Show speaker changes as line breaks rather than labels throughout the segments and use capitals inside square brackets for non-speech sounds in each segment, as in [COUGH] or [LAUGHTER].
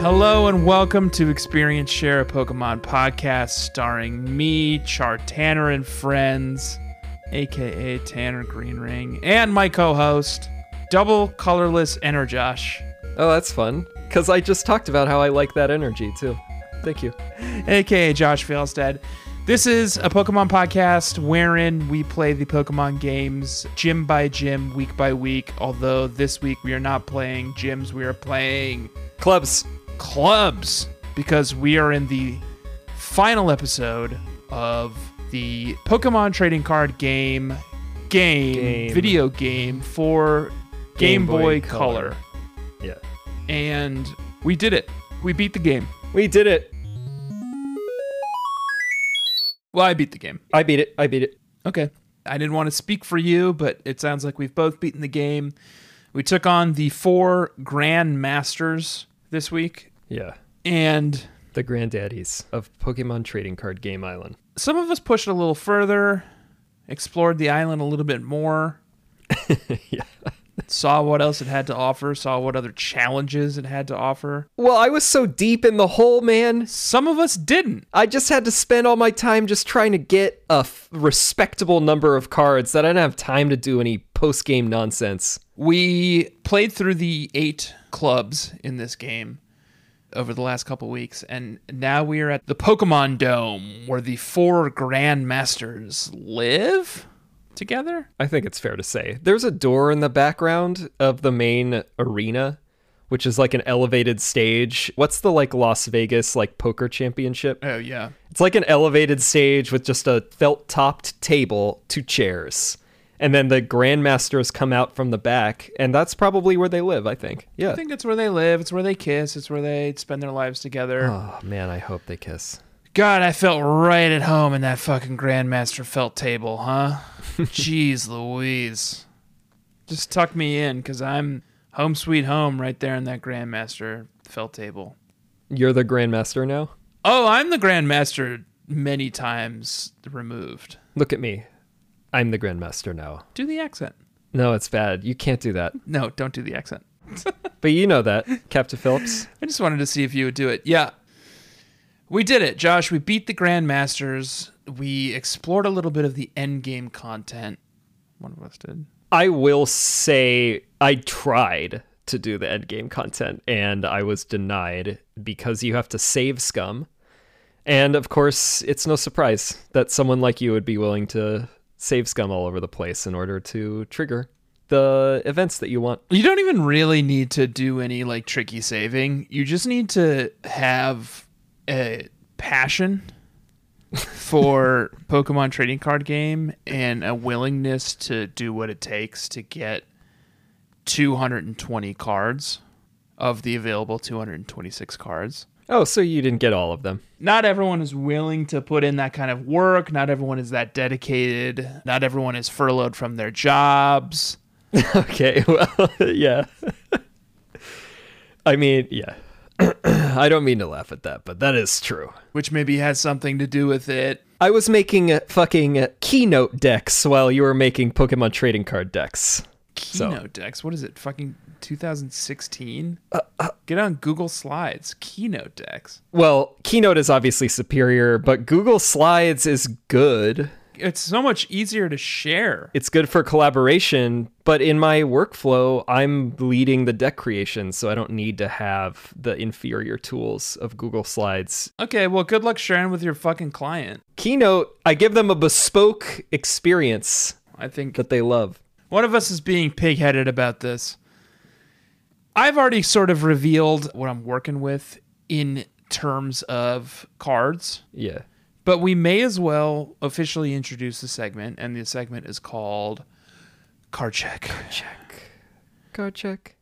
Hello and welcome to Experience Share a Pokemon podcast starring me, Char Tanner and friends, aka Tanner Green Ring, and my co-host, Double Colorless Energosh,
Oh, that's fun. Because I just talked about how I like that energy too. Thank you.
aka Josh Failstead. This is a Pokemon podcast wherein we play the Pokemon games gym by gym, week by week, although this week we are not playing gyms, we are playing
Clubs.
clubs because we are in the final episode of the Pokemon trading card game game,
Game.
video game for Game,
Game
Boy,
Boy
Color.
Color. Yeah.
and we did it. We beat the game.
We did it.
Well, I beat the game.
I beat it. I beat it.
Okay. I didn't want to speak for you, but it sounds like we've both beaten the game. We took on the four Grand Masters this week
Yeah.
and
The granddaddies of Pokemon Trading Card Game Island.
some of us pushed a little further, explored the island a little bit [LAUGHS] more,
yeah.
saw what else it had to offer, saw what other challenges it had to offer.
Well, I was so deep in the hole, man.
Some of us didn't.
I just had to spend all my time just trying to get a f- respectable number of cards that I didn't have time to do any post game nonsense.
We played through the eight clubs in this game over the last couple weeks, and now we are at the Pokemon Dome where the four Grandmasters live together.
I think it's fair to say. There's a door in the background of the main arena, which is like an elevated stage. What's the like Las Vegas like poker championship?
Oh, yeah.
It's like an elevated stage with just a felt topped table, two chairs. And then the grandmasters come out from the back, and that's probably where they live, I think. Yeah.
I think it's where they live, it's where they kiss, it's where they spend their lives together.
oh man, I hope they kiss.
God, I felt right at home in that fucking Grandmaster felt table, [LAUGHS] huh? Jeez Louise. Just tuck me in because I'm home sweet home right there in that Grandmaster felt table.
You're the grandmaster now?
Oh, I'm the Grandmaster many times removed.
Look at me. I'm the grandmaster now.
Do the accent.
No, it's bad. You can't do that.
No, don't do the accent.
But you know that, Captain Phillips.
I just wanted to see if you would do it. Yeah. We did it, Josh. We beat the Grandmasters. We explored a little bit of the endgame content. One of us did.
I will say I tried to do the endgame content and I was denied because you have to save scum. And of course, it's no surprise that someone like you would be willing to save scum all over the place in order to trigger the events that you want.
You don't even really need to do any like tricky saving. You just need to have a passion for Pokemon trading card game and a willingness to do what it takes to get 220 cards of the available 226 cards.
Oh, so you didn't get all of them. [LAUGHS]
Not everyone is willing to put in that kind of work. Not everyone is that dedicated. Not everyone is furloughed from their jobs.
Okay, [LAUGHS] well, yeah. [LAUGHS] I mean, yeah. [CLEARS THROAT] I don't mean to laugh at that, but that is true.
which maybe has something to do with it.
I was making uh, fucking uh, keynote decks while you were making Pokemon trading card decks. So-
Keynote decks. What is it? Fucking 2016? Get on Google Slides. Keynote decks.
Well, Keynote is obviously superior, but Google Slides is good.
It's so much easier to share.
It's good for collaboration, but in my workflow, I'm leading the deck creation, so I don't need to have the inferior tools of Google Slides.
Okay, well, good luck sharing with your fucking client.
Keynote, I give them a bespoke experience
I think
that they love.
one of us is being pigheaded about this. I've already sort of revealed what I'm working with in terms of cards.
Yeah.
But we may as well officially introduce the segment, and the segment is called Card Check.
Check. Card check.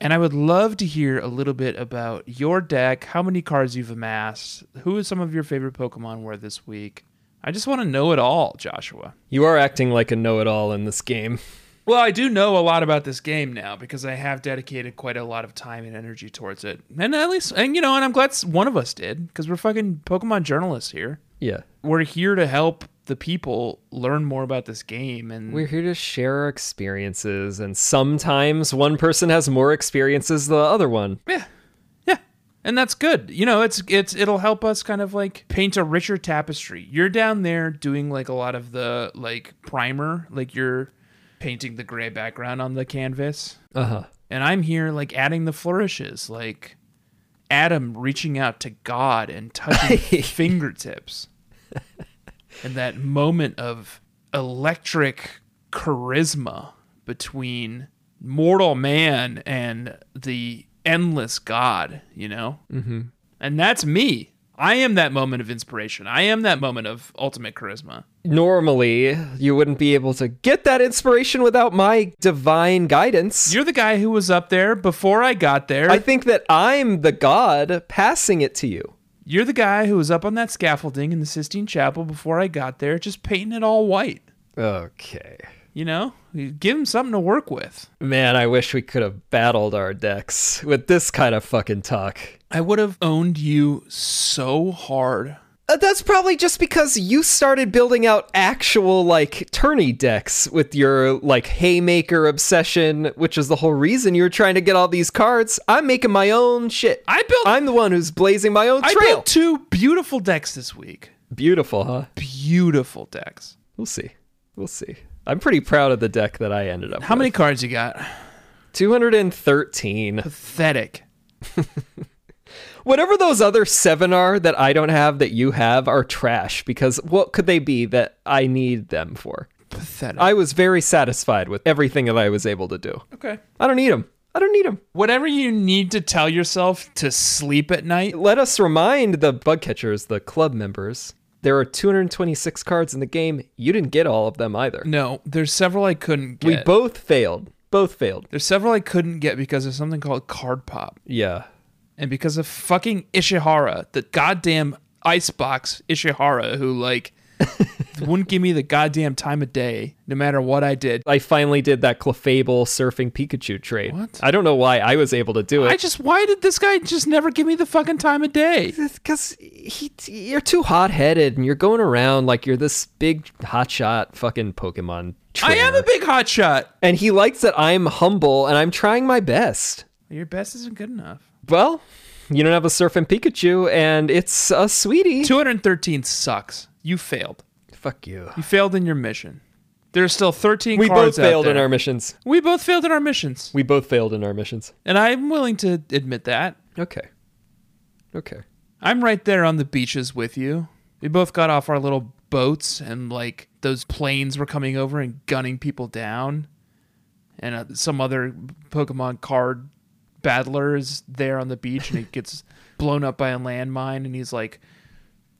And I would love to hear a little bit about your deck, how many cards you've amassed, who some of your favorite Pokemon were this week. I just want to know it all, Joshua.
You are acting like a know it all in this game.
Well, I do know a lot about this game now because I have dedicated quite a lot of time and energy towards it. And at least, and you know, and I'm glad s- one of us did because we're fucking Pokemon journalists here.
Yeah.
We're here to help the people learn more about this game and
We're here to share our experiences, and sometimes one person has more experiences than the other one.
yeah yeah and that's good you know it's it's it'll help us kind of like paint a richer tapestry you're down there doing like a lot of the like primer like you're painting the gray background on the canvas
Uh huh.
and I'm here like adding the flourishes, like Adam reaching out to God and touching fingertips, and that moment of electric charisma between mortal man and the endless God, you know, mm-hmm. and that's me. I am that moment of inspiration. I am that moment of ultimate charisma.
Normally, you wouldn't be able to get that inspiration without my divine guidance.
You're the guy who was up there before I got there.
I think that I'm the god passing it to you.
You're the guy who was up on that scaffolding in the Sistine Chapel before I got there, just painting it all white.
Okay.
You know, You give him something to work with.
Man, I wish we could have battled our decks with this kind of fucking talk.
I would have owned you so hard.
Uh, that's probably just because you started building out actual like tourney decks with your like haymaker obsession, which is the whole reason you were trying to get all these cards. I'm making my own shit.
I built-
I'm the one who's blazing my own
I
trail.
built two beautiful decks this week.
Beautiful, huh?
Beautiful decks.
We'll see. We'll see. I'm pretty proud of the deck that I ended up.
How
with.
many cards you got?
213.
Pathetic.
Whatever those other seven are that I don't have that you have are trash because what could they be that I need them for?
Pathetic.
I was very satisfied with everything that I was able to do.
okay.
I don't need them. I don't need them.
Whatever you need to tell yourself to sleep at night,
Let us remind the bug catchers, the club members, there are 226 cards in the game. You didn't get all of them either.
no, there's several I couldn't get.
We both failed. Both failed.
there's several I couldn't get because of something called card pop.
Yeah.
and because of fucking Ishihara, the goddamn icebox Ishihara, who [LAUGHS] like wouldn't give me the goddamn time of day, no matter what I did.
I finally did that Clefable surfing Pikachu trade.
What?
I don't know why I was able to do
I
it.
just why did this guy just never give me the fucking time of day?
Because you're too hot headed and you're going around like you're this big hotshot fucking Pokemon
I
trainer.
am a big hotshot.
and he likes that I'm humble and I'm trying my best.
Your best isn't good enough.
Well, you don't have a surfing Pikachu and it's a sweetie.
213 sucks. You failed.
Fuck you.
You failed in your mission. There's still 13
We both
cards out
failed
there.
in our missions.
We both failed in our missions.
We both failed in our missions.
And I'm willing to admit that.
Okay. Okay.
I'm right there on the beaches with you. We both got off our little boats and like those planes were coming over and gunning people down. And uh, some other Pokemon card battler is there on the beach and he
[LAUGHS]
gets blown up by a landmine and he's like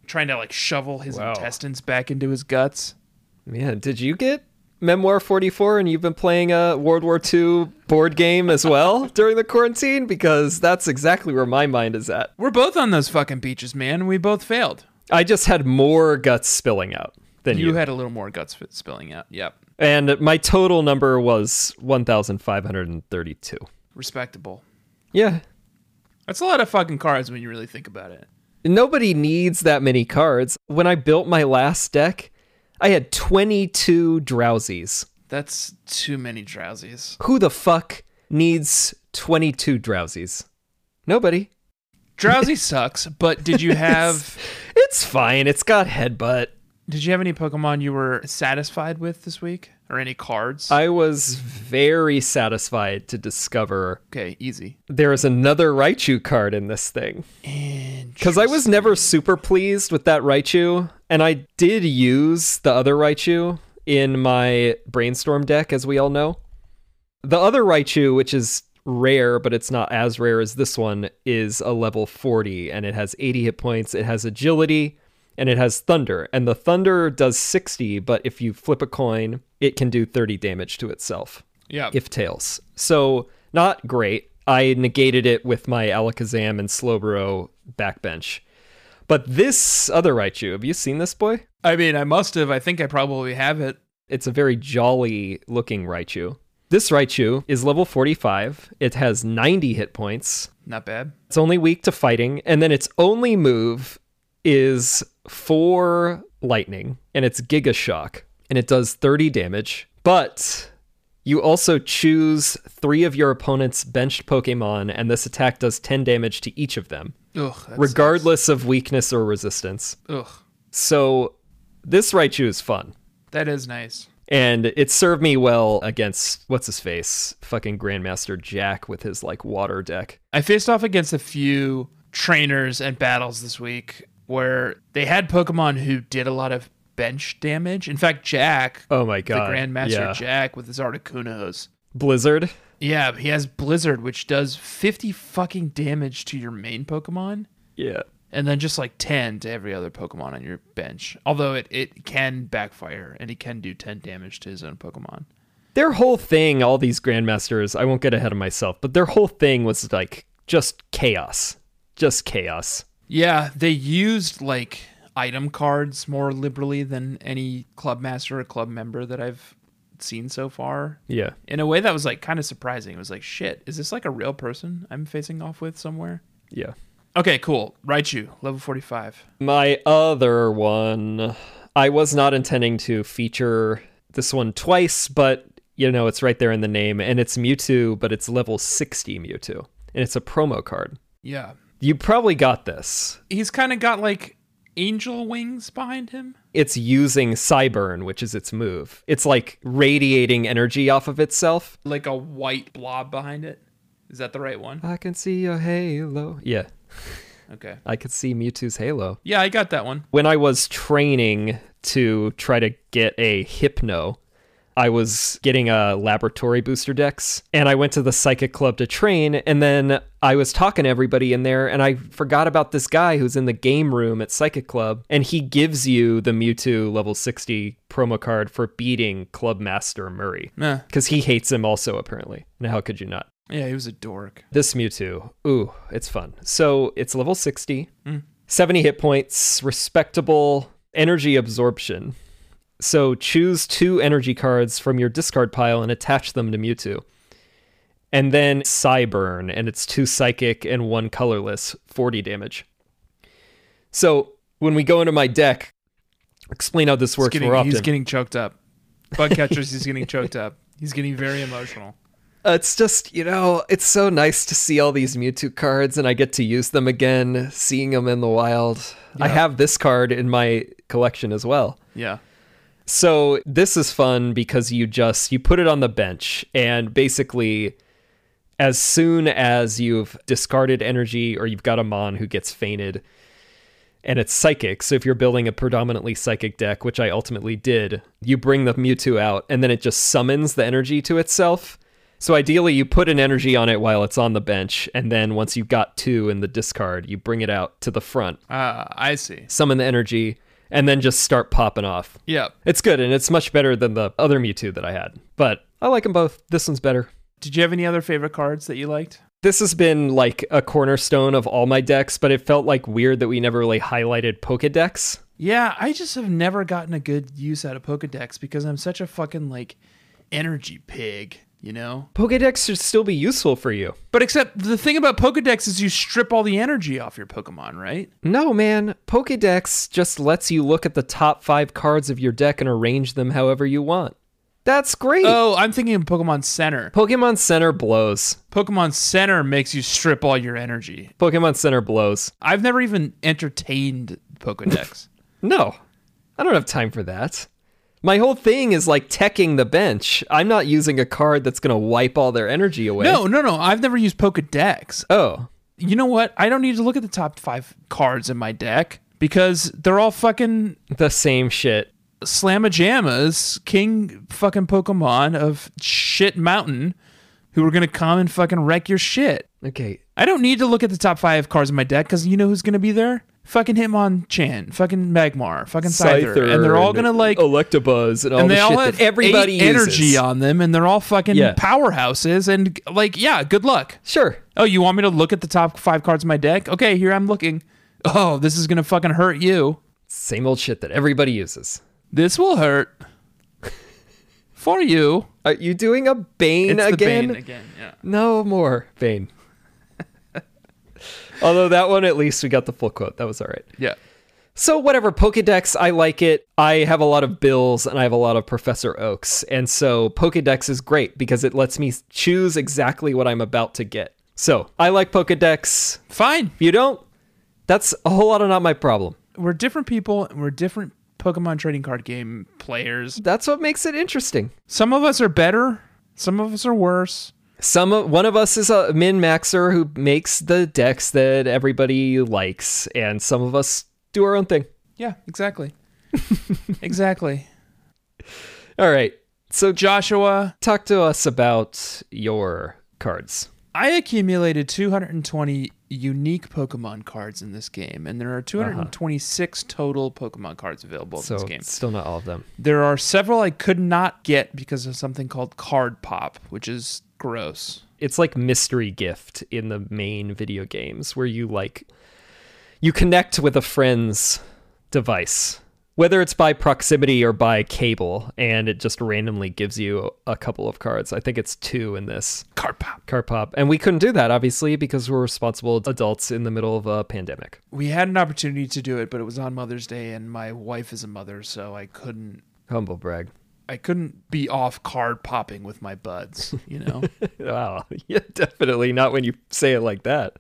trying to like shovel his
Wow.
intestines back into his guts.
Man, did you get Memoir 44 and you've been playing a World War II board game as
[LAUGHS]
well during the quarantine? Because that's exactly where my mind is at.
We're both on those fucking beaches, man, and we both failed.
I just had more guts spilling out than you.
You had a little more guts fit spilling out. Yep.
and my total number was 1,532.
Respectable.
Yeah.
That's a lot of fucking cards when you really think about it.
Nobody needs that many cards. When I built my last deck, I had 22 drowsies.
That's too many drowsies.
Who the fuck needs 22 drowsies? Nobody. [LAUGHS]
Drowsy sucks, but did you have
It's fine. It's got headbutt.
did you have any Pokemon you were satisfied with this week? Or any cards?
I was very satisfied to discover
okay, easy.
there is another Raichu card in this thing. Because I was never super pleased with that Raichu, and I did use the other Raichu in my brainstorm deck, as we all know. The other Raichu, which is rare, but it's not as rare as this one, is a level 40, and it has 80 hit points, it has agility, and it has thunder. And the thunder does 60, but if you flip a coin, it can do 30 damage to itself
Yeah.
if tails. So not great. I negated it with my Alakazam and Slowbro backbench. But this other Raichu, have you seen this boy?
I mean I must have. I think I probably have it.
It's a very jolly looking Raichu. This Raichu is level 45. It has 90 hit points.
Not bad.
It's only weak to fighting. And then its only move is four lightning and it's Giga Shock and it does 30 damage. But you also choose three of your opponent's benched Pokemon, and this attack does 10 damage to each of them,
Ugh. that
regardless of weakness or resistance.
sucks. Ugh.
So this Raichu is fun.
That is nice.
And it served me well against what's his face? Fucking Grandmaster Jack with his like water deck.
I faced off against a few trainers and battles this week where they had Pokemon who did a lot of bench damage. In fact, Jack,
Oh my
the
god.
Grandmaster
Yeah.
Jack with his Articuno's.
Blizzard.
Yeah, he has Blizzard, which does 50 fucking damage to your main Pokemon,
Yeah.
and then just like 10 to every other Pokemon on your bench. Although it, it can backfire, and he can do 10 damage to his own Pokemon.
Their whole thing, all these grandmasters, I won't get ahead of myself, but their whole thing was like just chaos. Just chaos.
Yeah, they used like item cards more liberally than any club master or club member that I've seen so far.
Yeah.
In a way that was like kind of surprising. It was like, shit, is this like a real person I'm facing off with somewhere?
Yeah.
Okay, cool. Raichu, level 45.
My other one, I was not intending to feature this one twice, but you know, it's right there in the name, and it's Mewtwo, but it's level 60 Mewtwo, and it's a promo card.
Yeah.
You probably got this.
He's kind of got like angel wings behind him.
It's using Cyburn, which is its move. It's like radiating energy off of itself.
Like a white blob behind it. Is that the right one?
I can see your halo. Yeah,
Okay.
I could see Mewtwo's halo.
Yeah, I got that one.
when I was training to try to get a hypno, I was getting a laboratory booster dex and I went to the psychic club to train and then I was talking to everybody in there and I forgot about this guy who's in the game room at psychic club and he gives you the Mewtwo level 60 promo card for beating club master Murray
Nah.
cuz he hates him also apparently. Now how could you not?
Yeah, he was a dork.
This Mewtwo. Ooh, it's fun. So it's level 60,
Mm.
70 hit points, respectable energy absorption. So choose two energy cards from your discard pile and attach them to Mewtwo. And then Psyburn, and it's two psychic and one colorless, 40 damage. So when we go into my deck, explain how this
He's
works
getting,
more often.
he's getting choked up. Bug catchers, he's getting choked up. He's getting very emotional.
Uh, it's just, you know, it's so nice to see all these Mewtwo cards and I get to use them again, seeing them in the wild. I have this card in my collection as well.
Yeah.
So this is fun because you just you put it on the bench and basically as soon as you've discarded energy or you've got a mon who gets fainted and it's psychic. So if you're building a predominantly psychic deck, which I ultimately did, you bring the Mewtwo out and then it just summons the energy to itself. So ideally you put an energy on it while it's on the bench and then once you've got two in the discard, you bring it out to the front,
Ah, I see.
summon the energy and then just start popping off.
Yeah.
It's good, and it's much better than the other Mewtwo that I had. But I like them both. This one's better.
Did you have any other favorite cards that you liked?
This has been like a cornerstone of all my decks, but it felt like weird that we never really highlighted Pokedex.
Yeah, I just have never gotten a good use out of Pokedex because I'm such a fucking like energy pig, you know?
Pokedex should still be useful for you.
But except the thing about Pokedex is you strip all the energy off your Pokemon, right?
No, man. Pokedex just lets you look at the top five cards of your deck and arrange them however you want. That's great.
Oh, I'm thinking of Pokemon Center.
Pokemon Center blows.
Pokemon Center makes you strip all your energy.
Pokemon Center blows.
I've never even entertained [LAUGHS] Pokedex.
No, I don't have time for that. My whole thing is like teching the bench. I'm not using a card that's going to wipe all their energy away.
no, no, no. I've never used Pokedex.
Oh,
You know what? I don't need to look at the top five cards in my deck because they're all fucking
the same shit.
Slamajamas, king fucking Pokemon of shit mountain, who are gonna come and fucking wreck your shit.
Okay.
I don't need to look at the top five cards in my deck because you know who's gonna be there? Fucking Hitmonchan, fucking Magmar, fucking Scyther, and they're all gonna like,
Electabuzz and all
and
the
they all
shit
have
that everybody
eight
uses.
energy on them, and they're all fucking
Yeah.
powerhouses, and like, yeah, good luck.
Sure.
Oh, you want me to look at the top five cards in my deck? Okay, here I'm looking. Oh, this is gonna fucking hurt you.
Same old shit that everybody uses.
This will hurt [LAUGHS] for you.
Are you doing a Bane
It's the
again?
Bane again, yeah.
No more
[LAUGHS]
Bane. Although that one, at least we got the full quote. That was all right.
Yeah.
So whatever Pokédex, I like it. I have a lot of Bills and I have a lot of Professor Oaks, and so Pokédex is great because it lets me choose exactly what I'm about to get. So I like Pokédex.
Fine.
If you don't, that's a whole lot of not my problem.
We're different people and we're different Pokemon trading card game players.
That's what makes it interesting.
Some of us are better, some of us are worse.
Some of, one of us is a min maxer who makes the decks that everybody likes, and some of us do our own thing.
Yeah, [LAUGHS] exactly. exactly.
All right. So J-
Joshua,
talk to us about your cards.
I accumulated 220 unique Pokemon cards in this game, and there are 226 total Pokemon cards available in
So
this game.
still not all of them.
There are several I could not get because of something called Card Pop, which is gross.
It's like mystery gift in the main video games where you like you connect with a friend's device, whether it's by proximity or by cable, and it just randomly gives you a couple of cards. I think it's two in this.
Card Pop.
Car pop. And we couldn't do that, obviously, because we're responsible adults in the middle of a pandemic.
We had an opportunity to do it, but it was on Mother's Day, and my wife is a mother, so I couldn't.
Humble brag.
I couldn't be off card popping with my buds, you know.
[LAUGHS] Wow. [LAUGHS] Yeah, definitely not when you say it like [LAUGHS] that.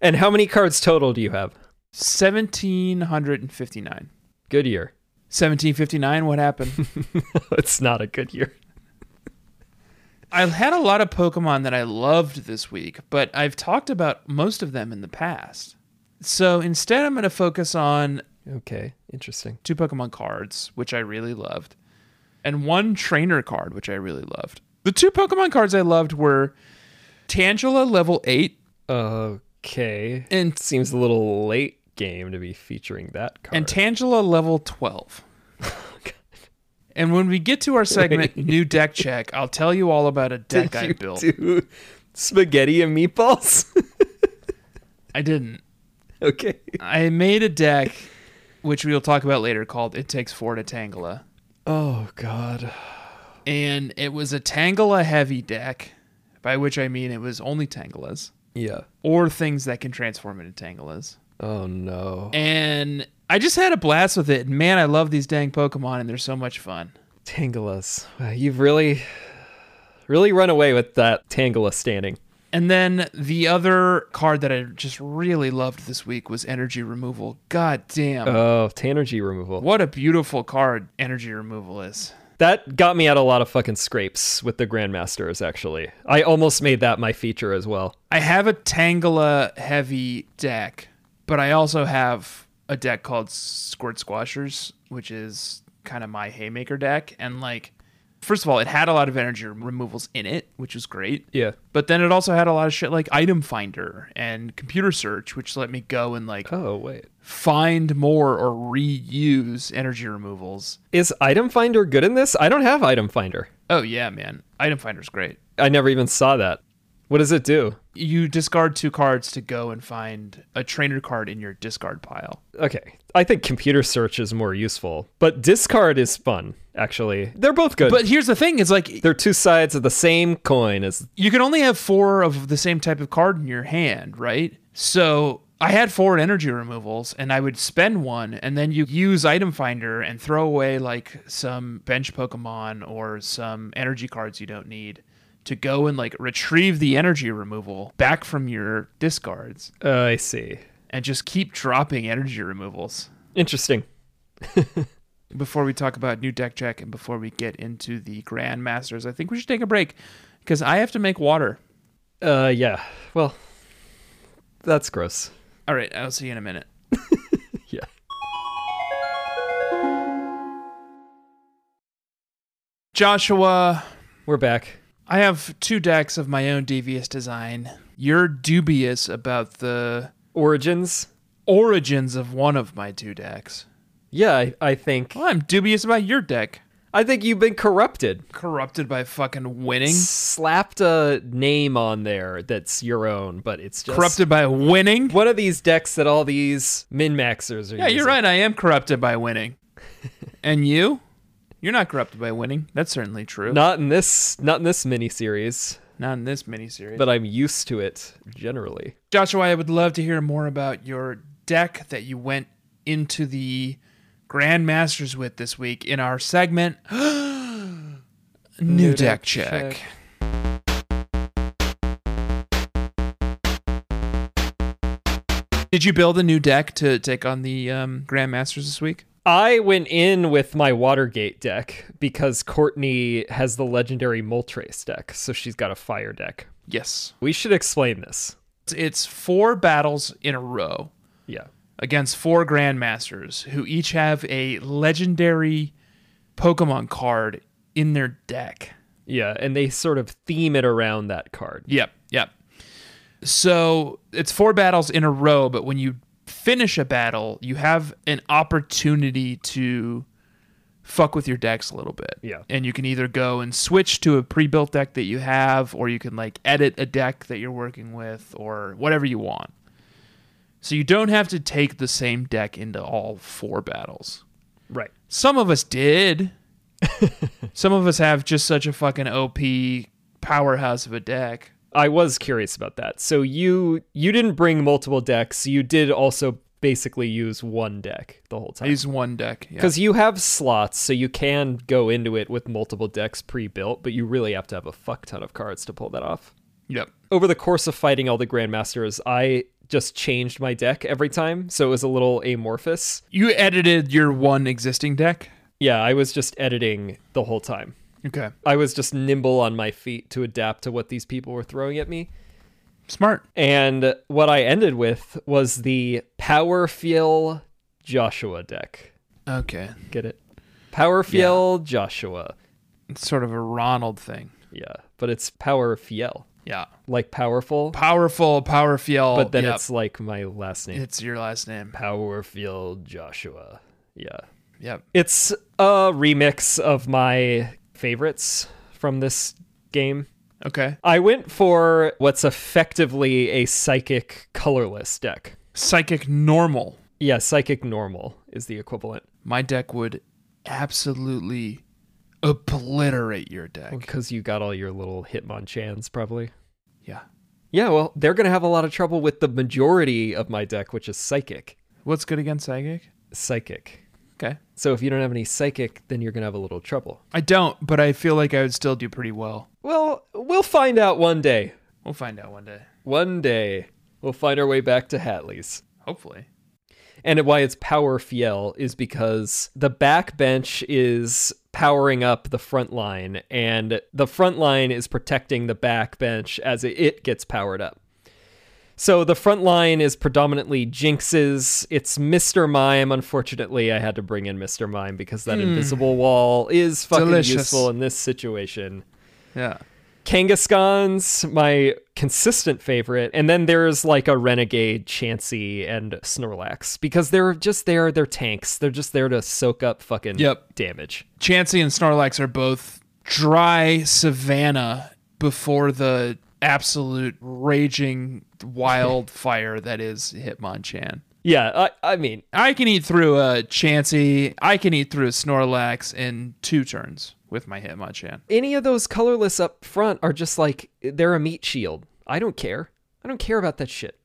and how many cards total do you have?
1759.
Good year.
1759, what happened?
[LAUGHS] it's not a good year.
I had a lot of Pokemon that I loved this week, but I've talked about most of them in the past. So instead, I'm going to focus on
Okay. Interesting.
two Pokemon cards, which I really loved, and one trainer card, which I really loved. The two Pokemon cards I loved were Tangela level 8
Okay.
and,
It seems a little late game to be featuring that card. [LAUGHS]
and Tangela level 12. And when we get to our segment, New Deck Check, I'll tell you all about a deck
Did
I
you
built.
do spaghetti and meatballs? [LAUGHS]
I didn't.
okay.
I made a deck, which we'll talk about later, called It Takes Four to Tangela.
Oh, God.
And it was a Tangela heavy deck, by which I mean it was only Tangelas
Yeah.
or things that can transform into Tangelas.
Oh, no.
And I just had a blast with it. Man, I love these dang Pokemon, and they're so much fun.
Tangalas. Wow, You've really, really run away with that Tangela standing.
And then the other card that I just really loved this week was Energy Removal. God damn.
Oh, Tanergy removal.
what a beautiful card Energy Removal is.
That got me out a lot of fucking scrapes with the Grandmasters, actually. I almost made that my feature as well.
I have a Tangela heavy deck, but I also have a deck called Squirt Squashers, which is kind of my haymaker deck. And like, first of all, it had a lot of energy removals in it, which was great.
Yeah.
But then it also had a lot of shit like item finder and computer search, which let me go and like
Oh, wait.
find more or reuse energy removals.
Is Item Finder good in this? I don't have Item Finder.
Oh yeah, man. Item finder's great.
I never even saw that. What does it do?
You discard two cards to go and find a trainer card in your discard pile.
Okay. I think computer search is more useful, but discard is fun, actually. They're both good.
But here's the thing, it's like
they're two sides of the same coin as
you can only have four of the same type of card in your hand, right? So I had four energy removals, and I would spend one, and then you use item finder and throw away like some bench Pokemon or some energy cards you don't need to go and like retrieve the energy removal back from your discards
uh, I see.
and just keep dropping energy removals.
Interesting. [LAUGHS]
Before we talk about new deck check and before we get into the grandmasters, I think we should take a break because I have to make water.
Uh, yeah. Well, that's gross.
All right, I'll see you in a minute.
[LAUGHS] Yeah.
Joshua,
We're back.
I have two decks of my own devious design. You're dubious about the
Origins.
origins of one of my two decks.
Yeah, I, I think.
Well, I'm dubious about your deck.
I think you've been corrupted.
Corrupted by fucking winning.
Slapped a name on there that's your own, but it's just
Corrupted by
[LAUGHS]
winning?
One of these decks that all these min maxers are.
Yeah, you're
using.
right. I am corrupted by
[LAUGHS]
winning. and you? You're not corrupted by winning. That's certainly true.
Not in this. Not in this miniseries.
Not in this miniseries.
but I'm used to it generally.
Joshua, I would love to hear more about your deck that you went into the Grandmasters with this week in our segment [GASPS] New, Deck, check. Did you build a new deck to take on the um, Grandmasters this week?
I went in with my Watergate deck because Courtney has the legendary Moltres deck, so she's got a fire deck.
Yes.
We should explain this.
It's four battles in a row
Yeah.
against four grandmasters who each have a legendary Pokemon card in their deck.
Yeah, and they sort of theme it around that card.
Yep, yep. So it's four battles in a row, but when you finish a battle, you have an opportunity to fuck with your decks a little bit.
Yeah.
And you can either go and switch to a pre built deck that you have, or you can like edit a deck that you're working with, or whatever you want. So you don't have to take the same deck into all four battles.
Right.
Some of us did. Some of us have just such a fucking OP powerhouse of a deck.
I was curious about that. So you you didn't bring multiple decks. You did also basically use one deck the whole
I
time.
use one deck. Yeah.
Because you have slots, so you can go into it with multiple decks pre-built, but you really have to have a fuck ton of cards to pull that off.
Yep.
over the course of fighting all the grandmasters, I just changed my deck every time, so it was a little amorphous.
You edited your one existing deck.
Yeah, I was just editing the whole time.
Okay.
I was just nimble on my feet to adapt to what these people were throwing at me.
Smart.
And what I ended with was the Power Feel Joshua deck.
Okay.
Get it? Power Feel Joshua.
It's sort of a Ronald thing.
Yeah, but it's Power Fiel,
Yeah.
like powerful,
Powerful, powerful.
but then
yep.
it's like my last name.
it's your last name.
Power Feel Joshua. Yeah.
Yep.
It's a remix of my favorites from this game.
Okay.
I went for what's effectively a psychic colorless deck.
Psychic normal.
Yeah, psychic normal is the equivalent
My deck would absolutely obliterate your deck.
because you got all your little Hitmonchans probably.
Yeah.
Yeah, well, they're going to have a lot of trouble with the majority of my deck, which is psychic.
What's good against psychic?
Psychic.
Okay.
So if you don't have any psychic, then you're going to have a little trouble.
I don't, but I feel like I would still do pretty well.
Well, we'll find out one day.
We'll find out one day.
One day, we'll find our way back to Hatley's.
Hopefully.
And why it's Power Fiel is because the back bench is powering up the front line, and the front line is protecting the back bench as it- it gets powered up. So the front line is predominantly Jinxes. It's Mr. Mime. Unfortunately, I had to bring in Mr. Mime because that invisible wall is fucking
Delicious.
useful in this situation.
Yeah.
Kangaskhan's my consistent favorite, and then there's like a Renegade, Chansey, and Snorlax because they're just there. They're tanks. They're just there to soak up fucking
Yep.
damage.
Chansey and Snorlax are both dry savanna before the absolute raging wildfire that is Hitmonchan.
Yeah, I, I mean,
I can eat through a Chansey, I can eat through a Snorlax in two turns with my Hitmonchan.
any of those colorless up front are just like they're a meat shield. I don't care. I don't care about that shit.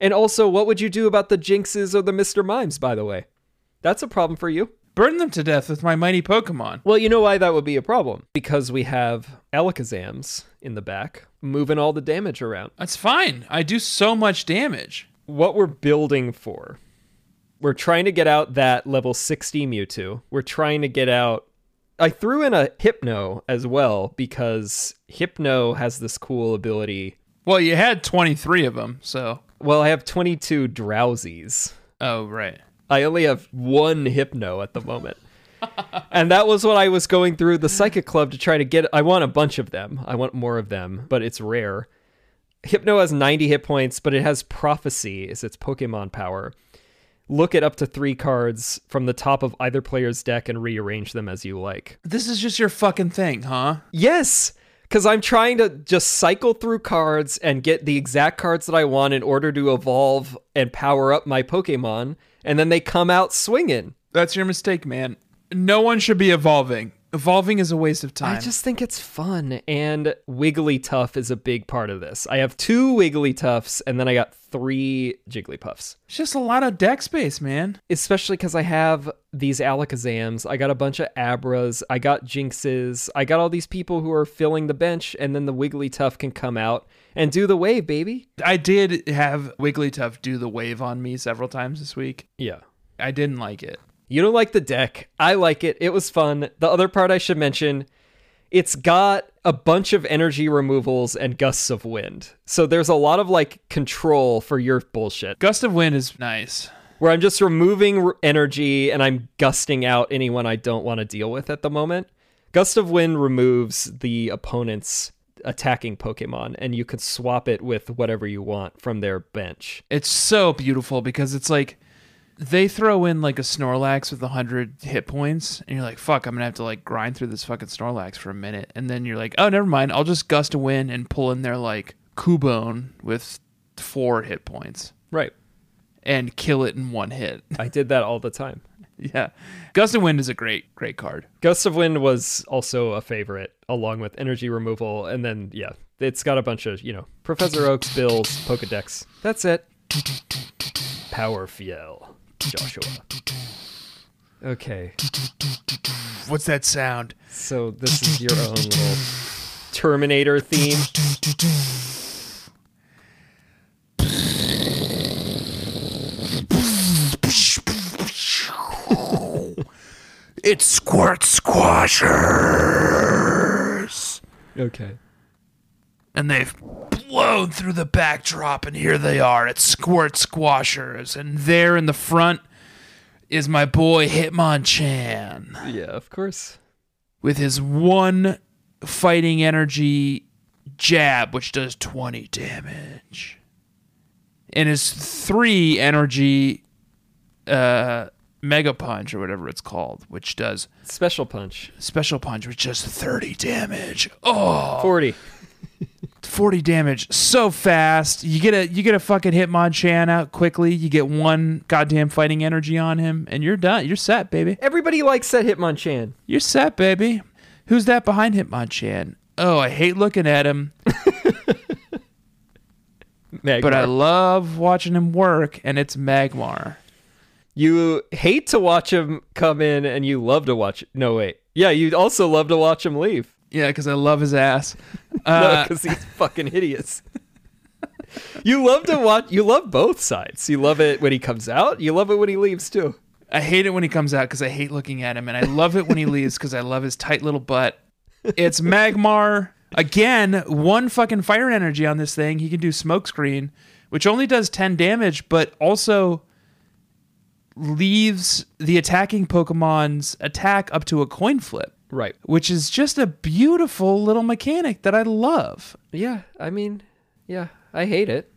And also, what would you do about the Jinxes or the Mister Mimes? By the way, that's a problem for you.
Burn them to death with my mighty Pokemon.
Well, you know why that would be a problem? Because we have Alakazams in the back moving all the damage around.
That's fine. I do so much damage.
What we're building for, we're trying to get out that level 60 Mewtwo. We're trying to get out. I threw in a Hypno as well because Hypno has this cool ability.
Well, you had 23 of them, so.
Well, I have 22 Drowsies.
Oh, right.
I only have one hypno at the moment. and that was what I was going through the psychic club to try to get. I want a bunch of them. I want more of them, but it's rare. Hypno has 90 hit points, but it has prophecy is its Pokemon power. Look at up to three cards from the top of either player's deck and rearrange them as you like.
This is just your fucking thing, huh?
Yes, because I'm trying to just cycle through cards and get the exact cards that I want in order to evolve and power up my Pokemon, and then they come out swinging.
That's your mistake, man. No one should be evolving. Evolving is a waste of time.
I just think it's fun, and Wigglytuff is a big part of this. I have two Wigglytuffs, and then I got three Jigglypuffs.
it's just a lot of deck space, man.
especially because I have these Alakazams. I got a bunch of Abras. I got Jinxes. I got all these people who are filling the bench, and then the Wigglytuff can come out and do the wave, baby.
I did have Wigglytuff do the wave on me several times this week.
Yeah.
I didn't like it.
You don't like the deck. I like it. It was fun. The other part I should mention it's got a bunch of energy removals and gusts of wind. So there's a lot of like control for your bullshit.
Gust of wind is nice.
where I'm just removing r- energy and I'm gusting out anyone I don't want to deal with at the moment. Gust of Wind removes the opponent's attacking Pokemon, and you can swap it with whatever you want from their bench.
It's so beautiful because it's like they throw in like a Snorlax with 100 hit points, and you're like, fuck, I'm gonna have to like grind through this fucking Snorlax for a minute. And then you're like, oh, never mind, I'll just gust a win and pull in their like Cubone with four hit points
Right.
and kill it in one hit.
I did that all the time.
[LAUGHS] yeah. Gust of Wind is a great, great card.
Gust of Wind was also a favorite, along with energy removal, and then yeah, it's got a bunch of you know Professor Oak's builds, Pokedex. That's it. Power Fiel, Joshua. Okay,
What's that sound?
so this is your own little Terminator theme.
It's Squirt Squashers!
Okay.
and they've blown through the backdrop and here they are at squirt squashers and there in the front is my boy hitmonchan
Yeah, of course.
with his one fighting energy jab which does 20 damage and his three energy uh mega punch or whatever it's called which does
Special punch.
special punch which does 30 damage oh
40.
40 damage so fast. You get a you get a fucking Hitmonchan out quickly. You get one goddamn fighting energy on him and you're done. You're set, baby.
Everybody likes that Hitmonchan.
You're set, baby. Who's that behind Hitmonchan? Oh, I hate looking at him,
Magmar.
but I love watching him work and it's Magmar.
you hate to watch him come in and you love to watch. No, wait. Yeah, you also love to watch him leave. [LAUGHS]
Yeah, cuz I love his ass.
No,
Uh,
because he's fucking hideous. [LAUGHS] you love to watch. You love both sides. You love it when he comes out. You love it when he leaves too.
I hate it when he comes out cuz I hate looking at him and I love it when he leaves cuz I love his tight little butt. It's Magmar. Again, one fucking fire energy on this thing. He can do smokescreen, which only does 10 damage, but also leaves the attacking Pokemon's attack up to a coin flip,
Right.
which is just a beautiful little mechanic that I love.
Yeah. I mean, yeah. I hate it.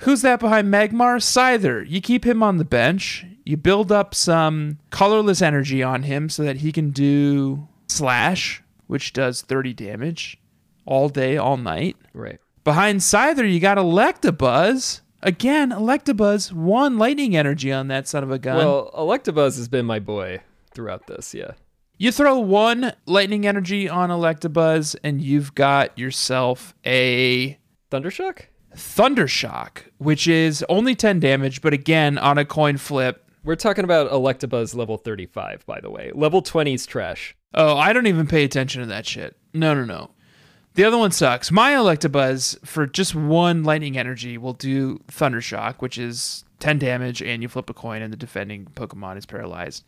Who's that behind Magmar? Scyther. You keep him on the bench. You build up some colorless energy on him so that he can do Slash, which does 30 damage all day, all night.
Right.
Behind Scyther, you got Electabuzz. Again, Electabuzz, one lightning energy on that son of a gun.
Well, Electabuzz has been my boy throughout this. Yeah.
you throw one lightning energy on Electabuzz, and you've got yourself a
Thundershock?
Thundershock, which is only 10 damage, but again, on a coin flip,
We're talking about Electabuzz level 35, by the way. Level 20 is trash.
Oh, I don't even pay attention to that shit. No, no, no. The other one sucks. My Electabuzz, for just one lightning energy, will do Thunder Shock, which is 10 damage, and you flip a coin, and the defending Pokemon is paralyzed.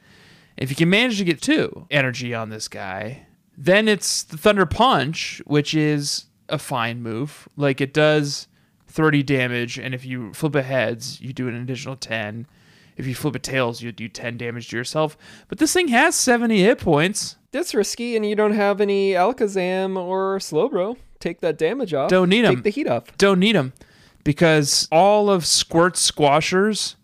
If you can manage to get two energy on this guy, then it's the Thunder Punch, which is a fine move. Like, it does 30 damage, and if you flip a heads, you do an additional 10. If you flip a tails, you do 10 damage to yourself. But this thing has 70 hit points.
That's risky, and you don't have any Alakazam or Slowbro. Take that damage off.
Don't need 'em.
Take the heat off.
don't need them because all of squirt squashers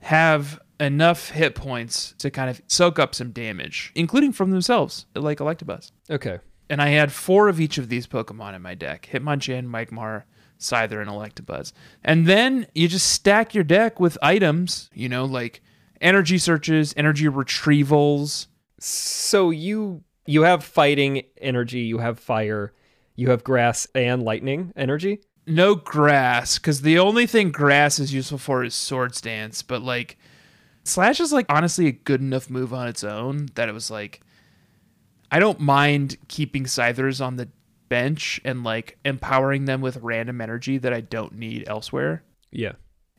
have enough hit points to kind of soak up some damage, including from themselves, like Electabuzz.
Okay.
And I had four of each of these Pokemon in my deck Hitmonchan, Migmar, Scyther, and Electabuzz. And then you just stack your deck with items, you know, like energy searches, energy retrievals.
So you you have fighting energy, you have fire, you have grass and lightning energy.
No grass, because the only thing grass is useful for is swords dance. But like, slash is like honestly a good enough move on its own that it was like, I don't mind keeping scythers on the bench and like empowering them with random energy that I don't need elsewhere.
Yeah.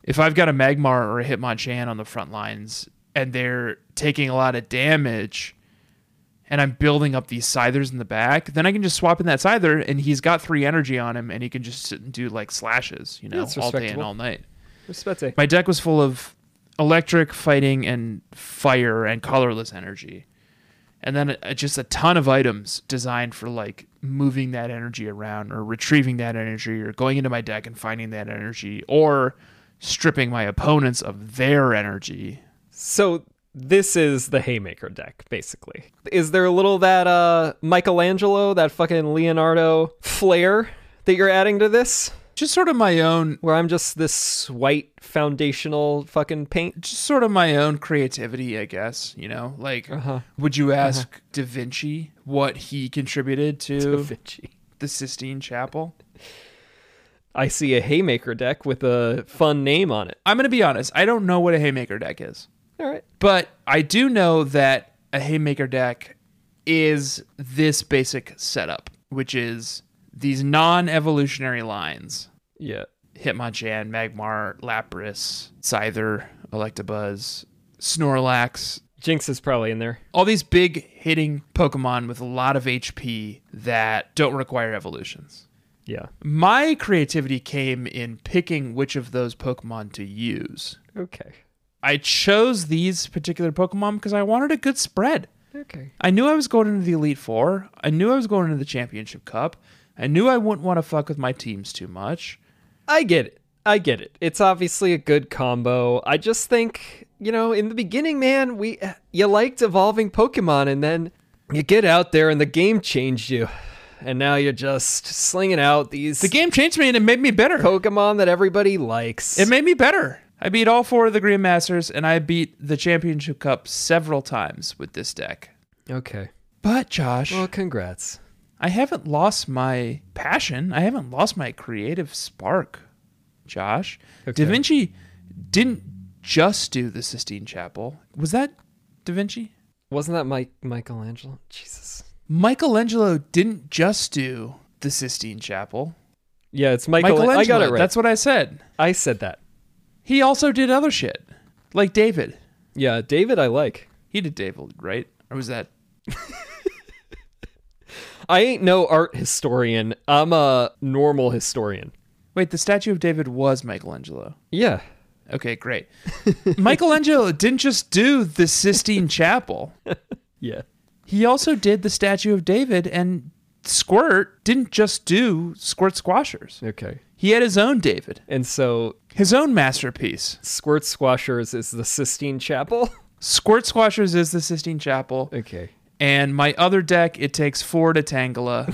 If I've got a Magmar or a Hitmonchan on the front lines and they're taking a lot of damage, and I'm building up these scythers in the back, then I can just swap in that scyther and he's got three energy on him and he can just sit and do like slashes, you know,
That's
all day and
respectable.
all night.
Respete.
My deck was full of electric, fighting, and fire and colorless energy. And then uh, just a ton of items designed for like moving that energy around or retrieving that energy or going into my deck and finding that energy or stripping my opponents of their energy.
So this is the Haymaker deck, basically. Is there a little that uh Michelangelo, that fucking Leonardo flair that you're adding to this?
Just sort of my own
Where I'm just this white foundational fucking paint?
just sort of my own creativity, I guess. You know, like,
Uh-huh.
would you ask Da Vinci what he contributed to
Vinci.
the Sistine Chapel?
I see a Haymaker deck with a fun name on it.
I'm going to be honest. I don't know what a haymaker deck is,
All right.
but I do know that a haymaker deck is this basic setup, which is these non evolutionary lines
Yeah.
Hitmonchan, Magmar, Lapras, Scyther, Electabuzz, Snorlax,
Jinx is probably in there.
all these big hitting Pokemon with a lot of HP that don't require evolutions.
Yeah.
My creativity came in picking which of those Pokemon to use.
Okay.
I chose these particular Pokemon because I wanted a good spread.
Okay.
I knew I was going into the Elite Four. I knew I was going into the Championship Cup. I knew I wouldn't want to fuck with my teams too much.
I get it. I get it. It's obviously a good combo. I just think, you know, in the beginning, man, we you liked evolving Pokemon and then you get out there and the game changed you. And now you're just slinging out these
The game changed me and it made me better.
Pokemon that everybody likes.
It made me better. I beat all four of the Green Masters and I beat the Championship Cup several times with this deck.
okay.
But, Josh.
Well, congrats.
I haven't lost my passion. I haven't lost my creative spark, Josh.
Okay.
Da Vinci didn't just do the Sistine Chapel. Was that Da Vinci?
Wasn't that Mike Michelangelo? Jesus.
Michelangelo didn't just do the Sistine Chapel.
Yeah, it's Michael.
Michelangelo.
I got it right.
That's what I said.
I said that.
He also did other shit, like David.
Yeah, David, I like.
He did David, right? Or was that?
I ain't no art historian. I'm a normal historian.
Wait, the statue of David was Michelangelo.
Yeah.
Okay,
[LAUGHS]
great. Michelangelo didn't just do the Sistine Chapel.
Yeah.
He also did the statue of David and Squirt didn't just do Squirt Squashers.
Okay.
He had his own David,
And so
his own masterpiece.
Squirt Squashers is the Sistine Chapel. [LAUGHS]
Squirt Squashers is the Sistine Chapel.
Okay.
And my other deck, It Takes Four to
[LAUGHS]
Tangela,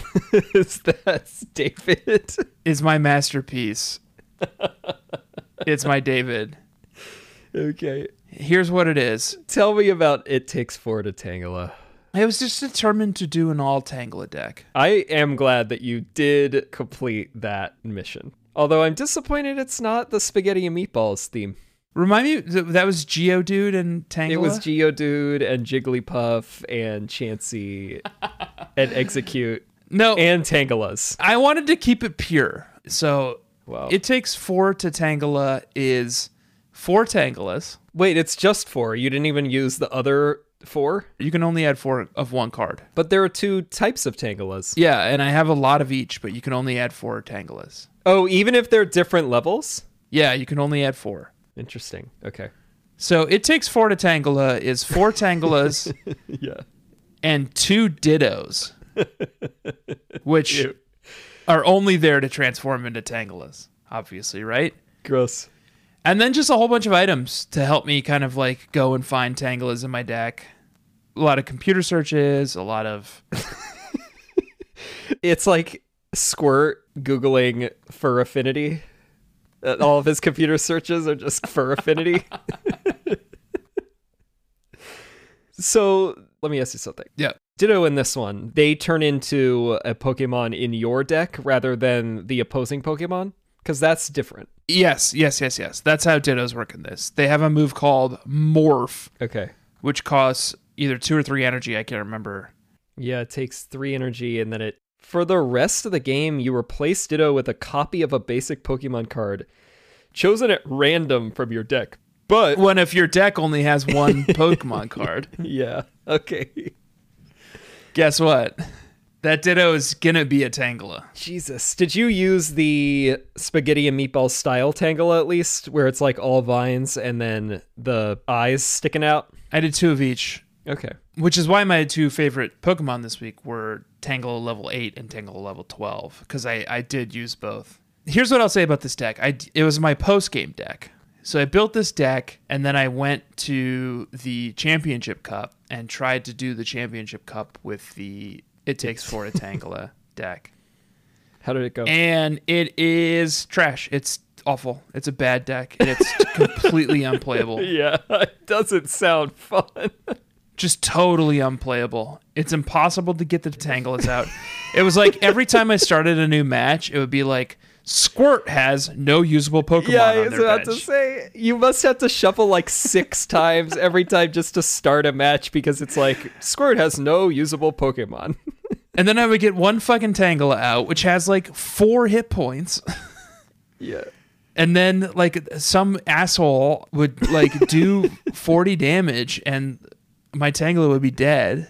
is that David?
is my masterpiece. it's my David.
okay.
Here's what it is
Tell me about It Takes Four to Tangela.
I was just determined to do an all Tangela deck.
I am glad that you did complete that mission. Although I'm disappointed it's not the spaghetti and meatballs theme.
Remind me, th- that was Geodude and Tangela?
It was Geodude and Jigglypuff and Chansey and Execute
No,
and Tangelas.
I wanted to keep it pure. So
Wow.
it takes four to Tangela is four Tangelas.
Wait, it's just four. You didn't even use the other four?
You can only add four of one card.
But there are two types of Tangelas.
Yeah, and I have a lot of each, but you can only add four Tangelas.
Oh, even if they're different levels?
Yeah, you can only add four.
Interesting. Okay.
So it takes four to Tangela is four Tangelas
Yeah.
and two Dittos, which
Ew.
are only there to transform into Tangelas, obviously, right?
Gross.
And then just a whole bunch of items to help me kind of like go and find Tangelas in my deck. A lot of computer searches, a lot of
It's like Squirt Googling fur affinity. Uh, All of his computer searches are just fur affinity. [LAUGHS] so let me ask you something.
yeah.
Ditto in this one. They turn into a Pokemon in your deck rather than the opposing Pokemon, because that's different.
Yes, yes, yes, yes. That's how Ditto's working this. They have a move called Morph,
Okay.
which costs either two or three energy. I can't remember.
Yeah, it takes three energy, and then it. For the rest of the game, you replace Ditto with a copy of a basic Pokemon card chosen at random from your deck. But.
When if your deck only has one Pokemon card,
Yeah, okay.
guess what? That Ditto is gonna be a Tangela.
Jesus. Did you use the spaghetti and meatball style Tangela at least, where it's like all vines and then the eyes sticking out?
I did two of each,
Okay.
which is why my two favorite Pokemon this week were Tangela level 8 and Tangela level 12, because I, I did use both. Here's what I'll say about this deck I, d- it was my post game deck. So I built this deck, and then I went to the Championship Cup and tried to do the Championship Cup with the It Takes Four to Tangela [LAUGHS] deck.
How did it go?
And it is trash. It's awful. It's a bad deck, and
[LAUGHS]
it's completely unplayable.
[LAUGHS] yeah, it doesn't sound fun.
just totally unplayable. It's impossible to get the tangles out. It was like every time I started a new match, it would be like Squirt has no usable Pokemon
yeah, I
on
was
their
about
bench.
to say, you must have to shuffle
[LAUGHS]
like six times every time just to start a match because it's like, Squirt has no
[LAUGHS]
usable Pokemon.
and then I would get one fucking Tangela out, which has like four hit points.
yeah.
And then like some asshole would like
[LAUGHS]
do 40 damage and my Tangela would be dead.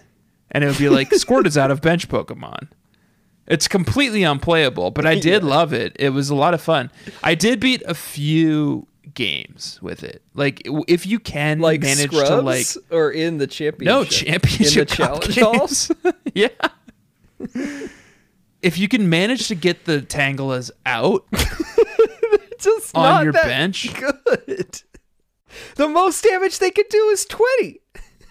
And it would be like Squirt is out of bench Pokemon. It's completely unplayable, but I did love it. It was a lot of fun. I did beat a few games with it. Like w- if you can
[LAUGHS] Like
manage
scrubs
to like
or in the championship?
no
in the
championship [LAUGHS] cup
challenge
games.
[LAUGHS] halls?
[LAUGHS] yeah. if you can manage to get the Tangelas
[LAUGHS]
out
just
on
not
your
that
bench.
Good. The most damage they could do is twenty.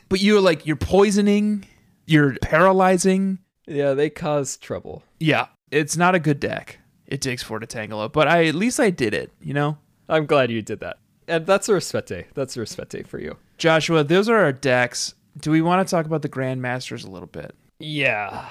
but you're like you're poisoning, you're paralyzing.
Yeah, they cause trouble.
Yeah, it's not a good deck. It takes four to tangle it, but I at least I did it. You know,
I'm glad you did that, and that's a respete. That's a respete for you.
Joshua, those are our decks. Do we want to talk about the Grand Masters a little bit?
Yeah.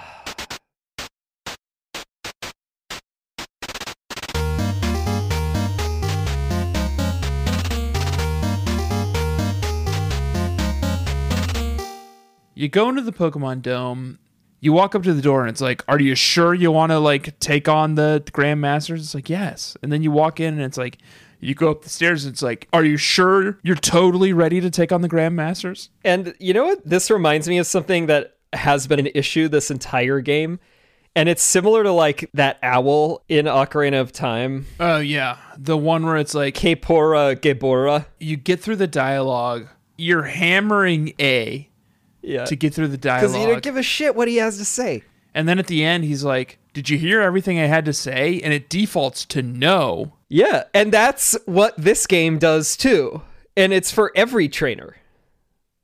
You go into the Pokemon Dome. You walk up to the door and it's like, "Are you sure you want to like take on the Grand Masters?" It's like, "Yes." And then you walk in and it's like, you go up the stairs and it's like, "Are you sure you're totally ready to take on the Grand Masters?"
And you know what? This reminds me of something that has been an issue this entire game, and it's similar to like that owl in Ocarina of Time,
Oh yeah, the one where it's like,
Kepora Gebora.
you get through the dialogue. You're hammering A
Yeah.
to get through the
Because Uh, you
dialogue.
don't give a shit what he has to say.
and then at the end, he's like, Did you hear everything I had to say? And it defaults to no.
Yeah, and that's what this game does too. And it's for every trainer.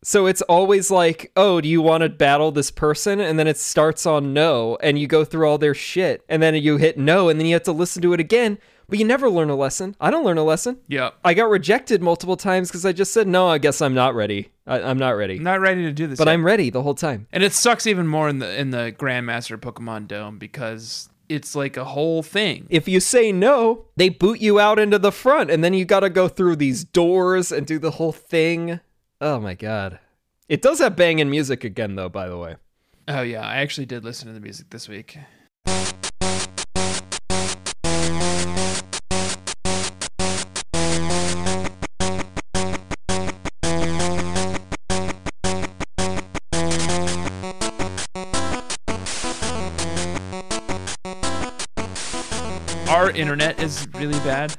So it's always like, oh, do you want to battle this person? And then it starts on no, and you go through all their shit, and then you hit no, and then you have to listen to it again, but you never learn a lesson. I don't learn a lesson.
Yep.
I got rejected multiple times because I just said, no, I guess I'm not ready. I- I'm not ready.
I'm not ready to do this.
But
yet.
I'm ready the whole time.
and it sucks even more in the in the Grandmaster Pokemon Dome because it's like a whole thing.
if you say no, they boot you out into the front, and then you got to go through these doors and do the whole thing. Oh my god! It does have banging music again, though. By the way,
Oh yeah, I actually did listen to the music this week. Our internet is really bad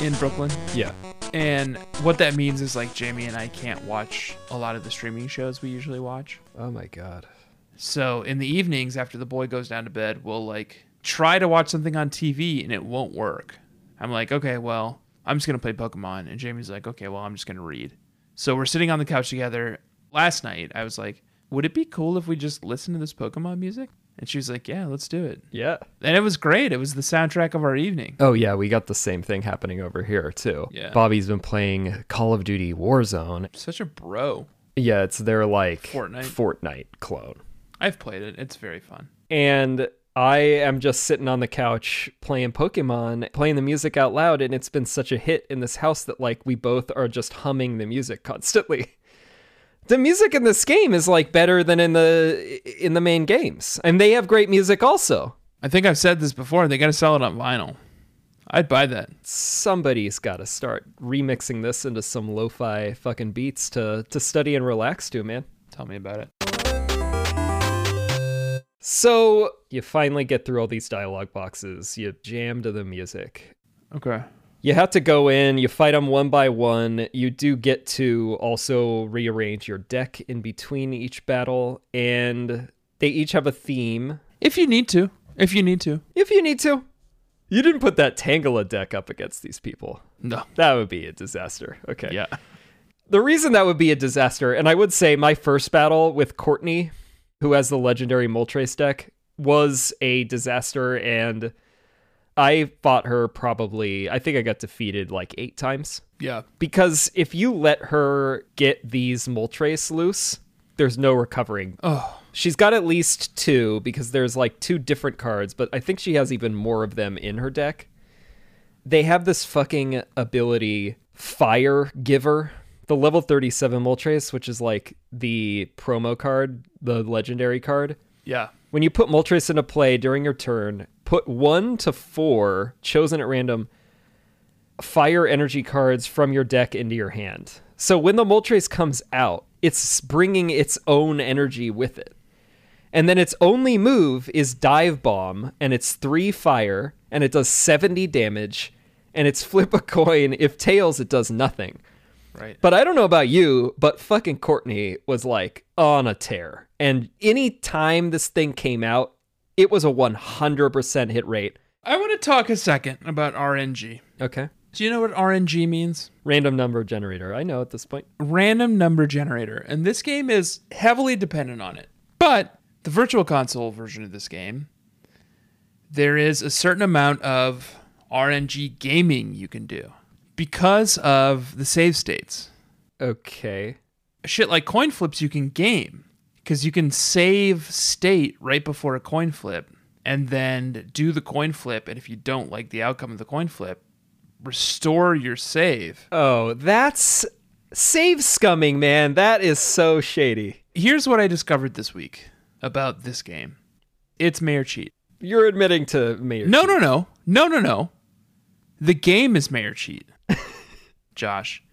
in Brooklyn.
yeah,
And what that means is like Jamie and I can't watch a lot of the streaming shows we usually watch.
Oh my god!
So in the evenings after the boy goes down to bed, we'll like try to watch something on TV and it won't work. I'm like, okay, well, I'm just gonna play Pokemon, and Jamie's like, okay, well, I'm just gonna read. So we're sitting on the couch together. Last night, I was like, would it be cool if we just listen to this Pokemon music? And she was like, yeah, let's do it.
Yeah.
And it was great. It was the soundtrack of our evening.
Oh yeah, we got the same thing happening over here too.
Yeah.
Bobby's been playing Call of Duty Warzone.
Such a bro.
Yeah, it's their like
Fortnite.
Fortnite clone.
I've played it. It's very fun.
and I am just sitting on the couch playing Pokemon, playing the music out loud, and it's been such a hit in this house that like we both are just humming the music constantly. The music in this game is like better than in the in the main games, and they have great music also.
I think I've said this before. They got to sell it on vinyl. I'd buy that.
Somebody's got to start remixing this into some lo-fi fucking beats to to study and relax to, man.
Tell me about it.
So you finally get through all these dialogue boxes. You jam to the music,
Okay.
you have to go in you fight them one by one you do get to also rearrange your deck in between each battle and they each have a theme
If you need to. If you need to.
if you need to you didn't put that tangela deck up against these people
No.
that would be a disaster okay
Yeah.
the reason that would be a disaster, and I would say my first battle with Courtney, who has the legendary Moltres deck, was a disaster, and I fought her probably, I think I got defeated like eight times.
Yeah.
Because if you let her get these Moltres loose, there's no recovering.
Oh.
She's got at least two because there's like two different cards, but I think she has even more of them in her deck. They have this fucking ability, Fire Giver, the level 37 Moltres, which is like the promo card, the legendary card.
Yeah.
When you put Moltres into play during your turn, put one to four chosen at random fire energy cards from your deck into your hand. So when the Moltres comes out, it's bringing its own energy with it. And then its only move is Dive Bomb, and it's three fire, and it does 70 damage, and it's flip a coin. If tails, it does nothing.
Right.
But I don't know about you, but fucking Courtney was like on a tear. And any time this thing came out, it was a 100% hit rate.
I want to talk a second about RNG.
Okay.
Do you know what RNG means?
Random number generator. I know at this point.
Random number generator. And this game is heavily dependent on it. But the virtual console version of this game, there is a certain amount of RNG gaming you can do because of the save states.
Okay.
shit like coin flips you can game because you can save state right before a coin flip and then do the coin flip and if you don't like the outcome of the coin flip restore your save
Oh, that's save scumming, man. That is so shady.
here's what i discovered this week about this game it's mayor cheat
You're admitting to mayor.
no no no no no no the game is mayor cheat josh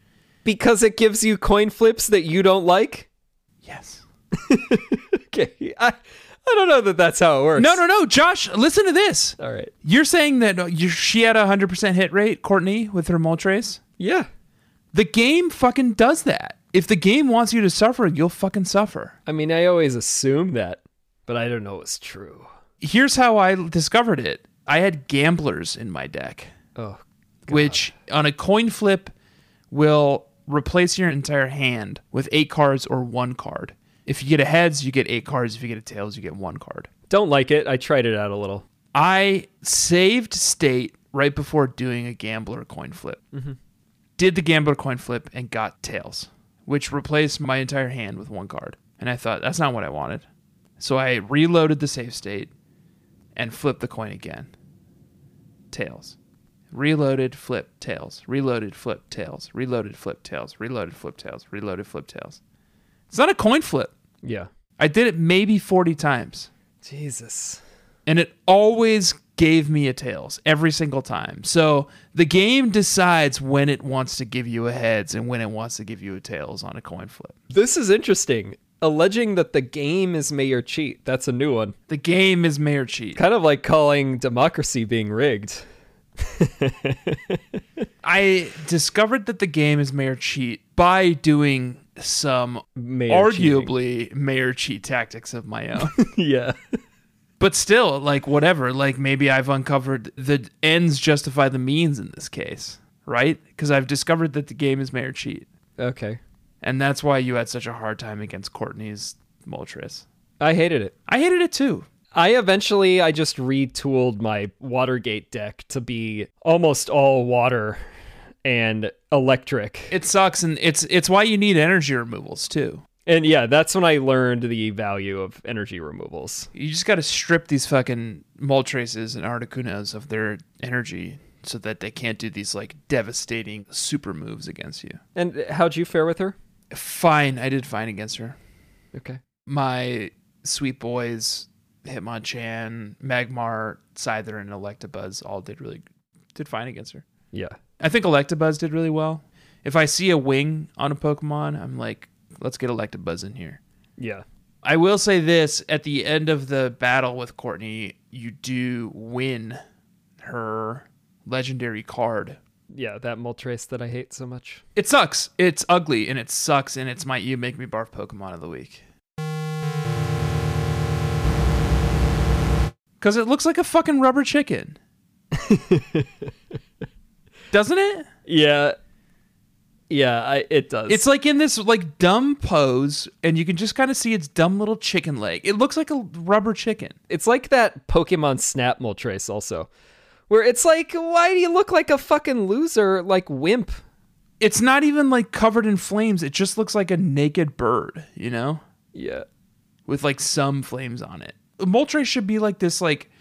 Because it gives you coin flips that you don't like? [LAUGHS]
yes
Okay. I, I don't know that that's how it works.
no no no josh listen to this
All right.
you're saying that uh, you- she had a 100% hit rate courtney with her moltres
Yeah.
The game fucking does that. If the game wants you to suffer, you'll fucking suffer.
I mean, I always assume that, but I don't know it's true.
Here's how I discovered it I had gamblers in my deck,
Oh,
which on a coin flip will replace your entire hand with eight cards or one card. If you get a heads, you get eight cards. If you get a tails, you get one card.
don't like it. I tried it out a little.
I saved state right before doing a gambler coin flip. Did the gambler coin flip and got tails, which replaced my entire hand with one card. And I thought that's not what I wanted. So I reloaded the save state and flipped the coin again. Tails. Reloaded, flip, tails. Reloaded, flip, tails. Reloaded, flip, tails. Reloaded, flip, tails. Reloaded, flip, tails. It's not a coin flip.
Yeah.
I did it maybe 40 times
Jesus.
and it always gave me a tails every single time. So the game decides when it wants to give you a heads and when it wants to give you a tails on a coin flip.
This is interesting. Alleging that the game is mayor cheat. That's a new one.
The game is mayor cheat.
Kind of like calling democracy being rigged.
I discovered that the game is mayor cheat by doing some
Mayor
arguably mayor cheat tactics of my own. [LAUGHS]
cheating. [LAUGHS] yeah.
but still, like whatever, like maybe I've uncovered the ends justify the means in this case, right? Cuz I've discovered that the game is mayor cheat.
Okay.
And that's why you had such a hard time against Courtney's Moltres.
I hated it.
I hated it too.
I eventually I just retooled my Watergate deck to be almost all water and electric.
It sucks and it's it's why you need energy removals too.
And yeah, that's when I learned the value of energy removals.
You just got to strip these fucking Moltres and Articunas of their energy so that they can't do these like devastating super moves against you.
And how'd you fare with her?
Fine, I did fine against her.
Okay.
My sweet boys, Hitmonchan, Magmar, Scyther, and Electabuzz all did really did fine against her.
Yeah.
I think Electabuzz did really well. If I see a wing on a Pokemon, I'm like, let's get Electabuzz in here.
Yeah.
I will say this at the end of the battle with Courtney, you do win her legendary card.
Yeah, that Moltres that I hate so much.
It sucks. It's ugly and it sucks and it's my you make me barf Pokemon of the week. Cause it looks like a fucking rubber chicken. Doesn't it?
Yeah. Yeah, I, it does.
It's like in this like dumb pose, and you can just kind of see its dumb little chicken leg. It looks like a rubber chicken.
It's like that Pokemon Snap Moltres also, where it's like, why do you look like a fucking loser, like wimp?
It's not even like covered in flames. It just looks like a naked bird, you know,
Yeah.
with like some flames on it. Moltres should be like this, like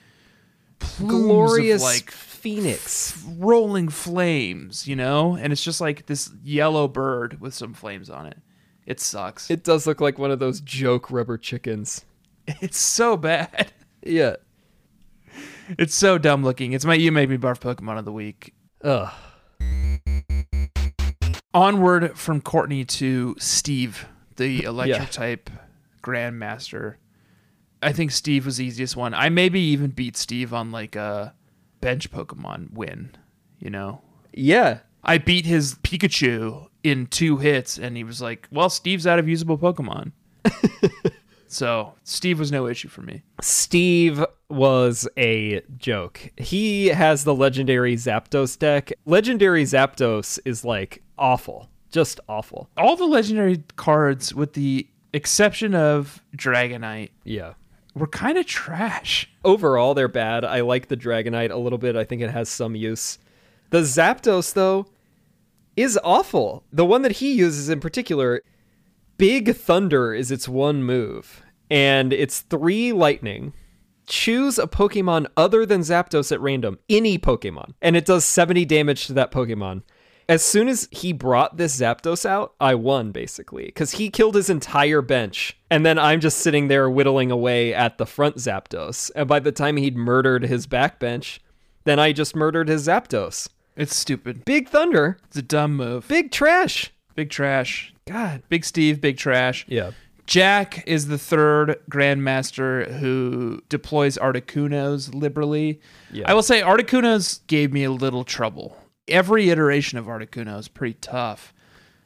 plumes of,
Glorious
like
Phoenix.
rolling flames, you know, and it's just like this yellow bird with some flames on it. It sucks.
[LAUGHS] It does look like one of those joke rubber chickens.
[LAUGHS] it's so bad. [LAUGHS]
Yeah.
It's so dumb looking. It's my you make me barf Pokemon of the week.
Ugh.
onward from Courtney to Steve, the electric type grandmaster. I think Steve was the easiest one. I maybe even beat Steve on like a bench Pokemon win, you know.
Yeah.
I beat his Pikachu in two hits and he was like, "Well, Steve's out of usable Pokemon." so, Steve was no issue for me.
Steve was a joke. He has the legendary Zapdos deck. Legendary Zapdos is like awful, just awful.
All the legendary cards with the exception of Dragonite
Yeah.
were kind of trash.
Overall, they're bad. I like the Dragonite a little bit. I think it has some use. The Zapdos, though, is awful. The one that he uses in particular, Big Thunder is its one move, and it's three lightning. Choose a Pokemon other than Zapdos at random, any Pokemon, and it does 70 damage to that Pokemon. As soon as he brought this Zapdos out, I won basically, because he killed his entire bench. And then I'm just sitting there whittling away at the front Zapdos. And by the time he'd murdered his back bench, then I just murdered his Zapdos.
It's stupid.
Big Thunder,
It's a dumb move.
big trash.
Big trash.
God.
Big Steve, big trash.
Yeah.
Jack is the third grandmaster who deploys Articunos liberally.
Yeah.
I will say Articunos gave me a little trouble. Every iteration of Articuno is pretty tough,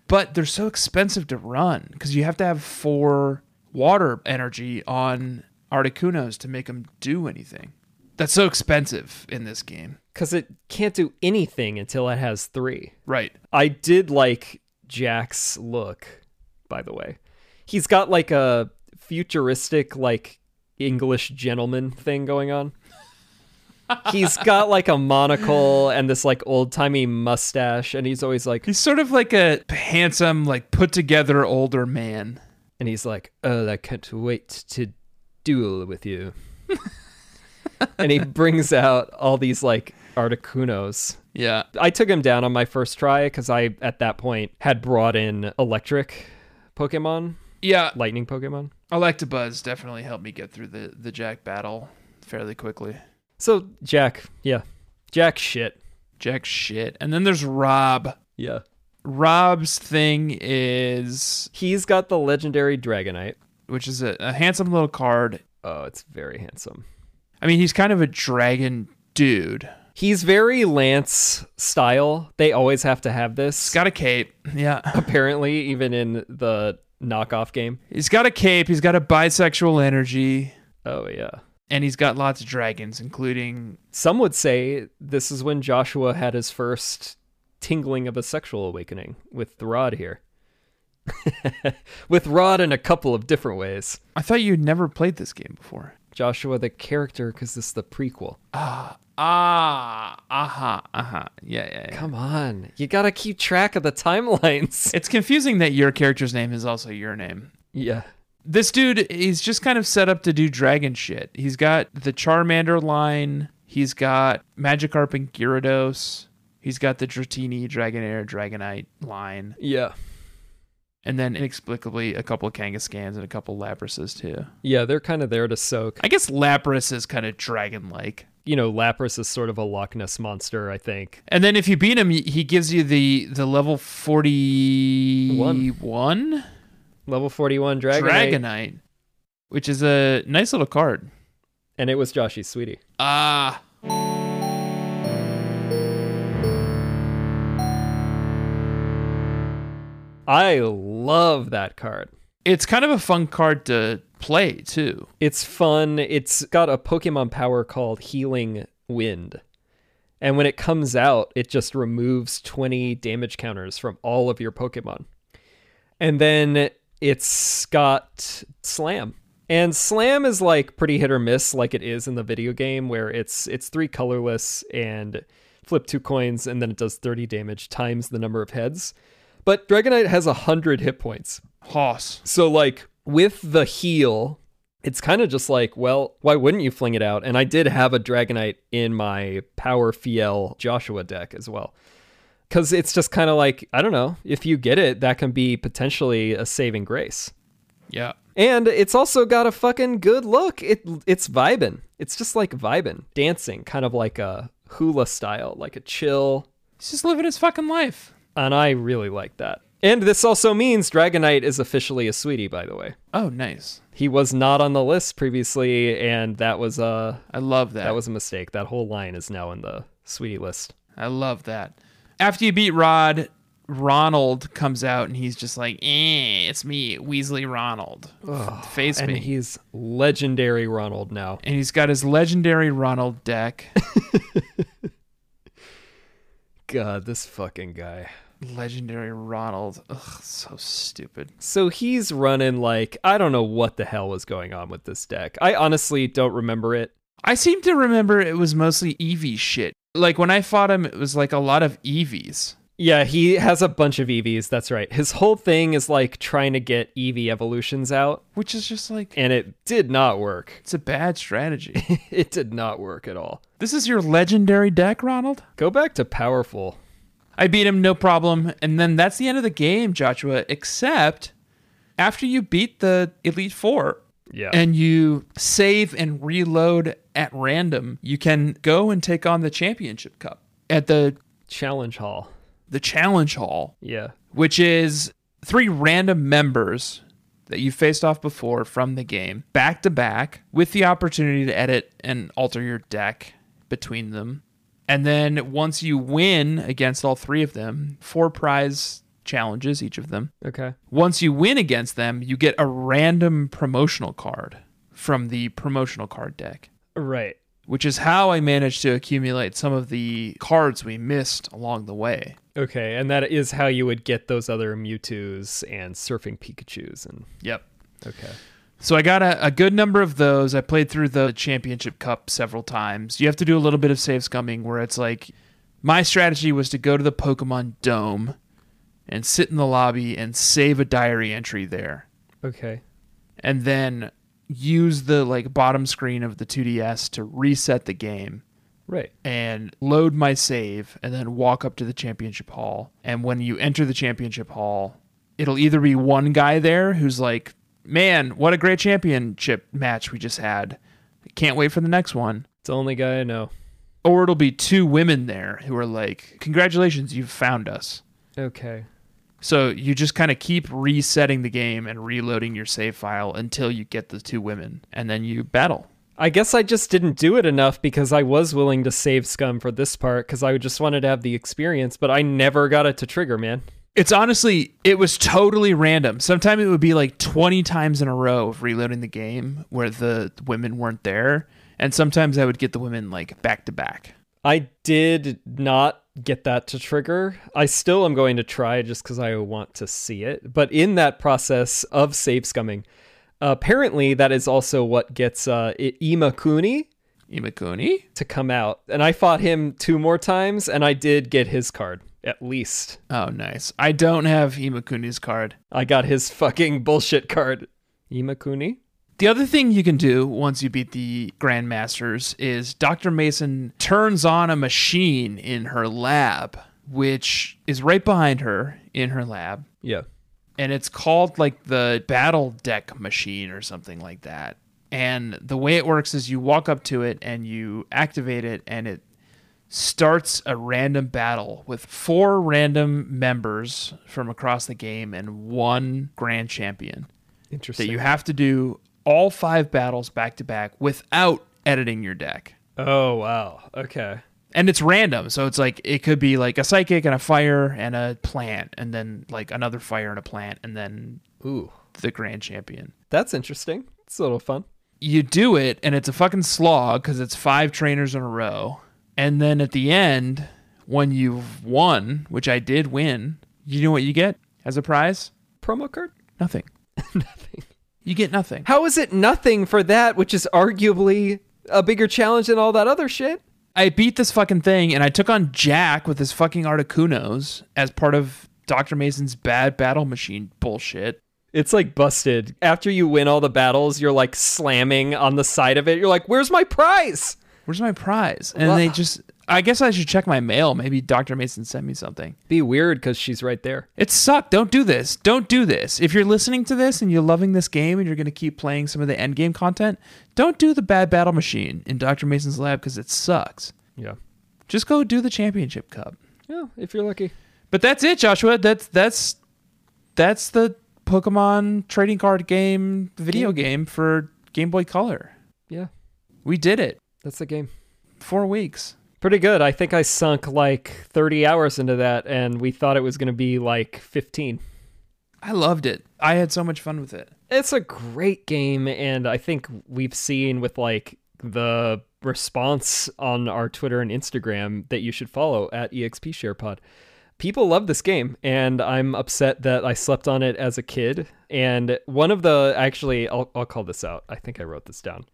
but they're so expensive to run because you have to have four water energy on Articunos to make them do anything. That's so expensive in this game.
Because it can't do anything until it has three.
Right.
I did like Jack's look, by the way. He's got like a futuristic, like English gentleman thing going on. he's got like a monocle and this like old timey mustache, and he's always like,
He's sort of like a handsome, like put together older man.
and he's like, "Oh, I can't wait to duel with you." [LAUGHS] and he brings out all these like Articunos.
Yeah.
I took him down on my first try because I, at that point, had brought in electric Pokemon,
Yeah,
lightning Pokemon.
Electabuzz definitely helped me get through the, the Jack battle fairly quickly.
So, Jack, yeah. Jack shit.
Jack shit. And then there's Rob.
Yeah.
Rob's thing is,
He's got the legendary Dragonite.
which is a, a handsome little card.
Oh, it's very handsome.
I mean, he's kind of a dragon dude.
He's very Lance style. They always have to have this.
He's got a cape. Yeah.
Apparently, even in the knockoff game.
He's got a cape. He's got a bisexual energy.
Oh, yeah.
And he's got lots of dragons, including
Some would say this is when Joshua had his first tingling of a sexual awakening with the rod here. with rod in a couple of different ways.
I thought you'd never played this game before.
Joshua the character, because this is the prequel.
Ah, aha, aha. Yeah, yeah, yeah.
Come on. You gotta keep track of the timelines.
[LAUGHS] It's confusing that your character's name is also your name.
Yeah.
This dude he's just kind of set up to do dragon shit. He's got the Charmander line, he's got Magikarp and Gyarados, he's got the Dratini, Dragonair, Dragonite line,
Yeah.
and then inexplicably a couple of Kangaskans and a couple Labrases too.
Yeah, they're kind of there to soak.
I guess Lapras is kind of dragon like.
You know, Lapras is sort of a Loch Ness monster, I think.
And then if you beat him, he gives you the the level 41
Level 41 Dragonite.
Dragonite, which is a nice little card.
And it was Joshy's sweetie.
Ah.
I love that card.
it's kind of a fun card to play too.
It's fun. It's got a Pokemon power called Healing Wind. And when it comes out, it just removes 20 damage counters from all of your Pokemon. And then it's got Slam. And Slam is like pretty hit or miss like it is in the video game where it's it's three colorless and flip two coins and then it does 30 damage times the number of heads. But Dragonite has 100 hit points.
Hoss.
So like with the heel, it's kind of just like, well, why wouldn't you fling it out? And I did have a Dragonite in my Power Fiel Joshua deck as well. Cause it's just kind of like, I don't know, if you get it, that can be potentially a saving grace.
Yeah.
And it's also got a fucking good look. It it's vibin'. It's just like vibin', dancing, kind of like a hula style, like a chill,
He's just living his fucking life.
and I really like that. And this also means Dragonite is officially a sweetie, by the way.
Oh, nice.
he was not on the list previously, and that was a
I love that.
that was a mistake. That whole line is now in the sweetie list.
I love that. After you beat Rod, Ronald comes out and he's just like, eh, it's me, Weasley Ronald. F- Face
And
me.
he's legendary Ronald now.
and he's got his legendary Ronald deck. [LAUGHS]
God, this fucking guy.
legendary Ronald. Ugh, so stupid.
So he's running like I don't know what the hell was going on with this deck. I honestly don't remember it.
I seem to remember it was mostly Eevee shit. Like when I fought him, it was like a lot of Eevees.
Yeah, he has a bunch of EVs, that's right. His whole thing is like trying to get EV evolutions out,
Which is just like
and it did not work. [LAUGHS]
it's a bad strategy.
it did not work at all.
This is your legendary deck, Ronald?
Go back to powerful.
I beat him, no problem. And then that's the end of the game, Joshua, except after you beat the Elite Four
Yeah.
and you save and reload at random, you can go and take on the Championship Cup at the,
challenge hall.
the Challenge Hall.
Yeah.
which is three random members that you faced off before from the game back to back with the opportunity to edit and alter your deck between them. And then once you win against all three of them, four prize challenges each of them.
Okay.
Once you win against them, you get a random promotional card from the promotional card deck,
Right.
which is how I managed to accumulate some of the cards we missed along the way.
Okay, and that is how you would get those other Mewtwo's and surfing Pikachu's and
Yep.
okay.
So I got a, a good number of those. I played through the championship cup several times. You have to do a little bit of save scumming where it's like my strategy was to go to the Pokemon Dome and sit in the lobby and save a diary entry there.
Okay.
And then use the like bottom screen of the 2DS to reset the game
Right.
and load my save and then walk up to the championship hall. And when you enter the championship hall, it'll either be one guy there who's like, Man, what a great championship match we just had. Can't wait for the next one.
It's the only guy I know.
Or it'll be two women there who are like, Congratulations, you've found us.
Okay.
So you just kind of keep resetting the game and reloading your save file until you get the two women and then you battle.
I guess I just didn't do it enough because I was willing to save scum for this part because I just wanted to have the experience, but I never got it to trigger, man.
It's honestly, it was totally random. Sometimes it would be like 20 times in a row of reloading the game where the women weren't there. And sometimes I would get the women like back to back.
I did not get that to trigger. I still am going to try just because I want to see it. But in that process of save scumming, apparently that is also what gets uh, I- Ima Kuni
Imakuni?
to come out. And I fought him two more times and I did get his card. at least.
Oh, nice. I don't have Himakuni's card.
I got his fucking bullshit card. Imakuni?
The other thing you can do once you beat the Grandmasters is Dr. Mason turns on a machine in her lab, which is right behind her in her lab.
Yeah.
and it's called like the battle deck machine or something like that. And the way it works is you walk up to it and you activate it, and it starts a random battle with four random members from across the game and one grand champion that
Interesting.
you have to do all five battles back to back without editing your deck.
oh, wow. Okay.
And it's random, so it's like it could be like a psychic and a fire and a plant, and then like another fire and a plant, and then
Ooh.
the grand champion.
That's interesting. It's a little fun.
You do it, and it's a fucking slog because it's five trainers in a row. And then at the end, when you've won, which I did win, you know what you get as a prize?
Promo card?
Nothing.
nothing.
You get nothing.
How is it nothing for that, which is arguably a bigger challenge than all that other shit?
I beat this fucking thing, and I took on Jack with his fucking Articunos as part of Dr. Mason's bad battle machine bullshit.
It's like busted. After you win all the battles, you're like slamming on the side of it. You're like, where's my prize?
Where's my prize? And they just. I guess I should check my mail. Maybe Dr. Mason sent me something.
Be weird because she's right there.
It sucked. Don't do this. Don't do this. If you're listening to this and you're loving this game and you're going to keep playing some of the endgame content, don't do the bad battle machine in Dr. Mason's lab because it sucks.
Yeah.
Just go do the championship cup.
Yeah, if you're lucky.
But that's it, Joshua. That's that's that's the Pokemon trading card game video game for Game Boy Color.
Yeah,
We did it.
that's the game.
4 weeks.
Pretty good. I think I sunk like 30 hours into that, and we thought it was going to be like 15.
I loved it. I had so much fun with it.
It's a great game, and I think we've seen with like the response on our Twitter and Instagram that you should follow at E expsharepod. People love this game, and I'm upset that I slept on it as a kid. And one of the actually, I'll, I'll call this out. I think I wrote this down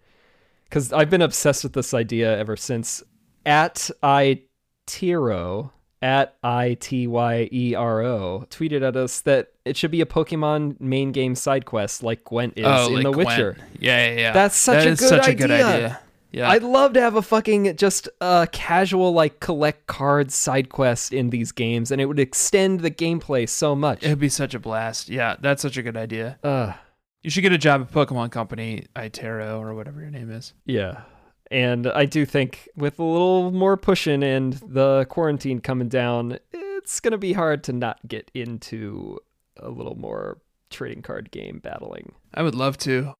because I've been obsessed with this idea ever since. At I Tiro, at I T Y E R O, tweeted at us that it should be a Pokemon main game side quest Oh, like Gwent is in The Witcher.
Oh, Yeah, yeah, yeah.
That's such
That
a
is
good
such a good
idea.
idea. Yeah.
I'd love to have a fucking just uh, casual like collect cards side quest in these games, and it would extend the gameplay so much.
It'd be such a blast. Yeah, that's such a good idea.
Ugh.
You should get a job at Pokemon Company, Itero, or whatever your name is.
Yeah. And I do think with a little more pushing and the quarantine coming down, it's going to be hard to not get into a little more trading card game battling.
I would love to.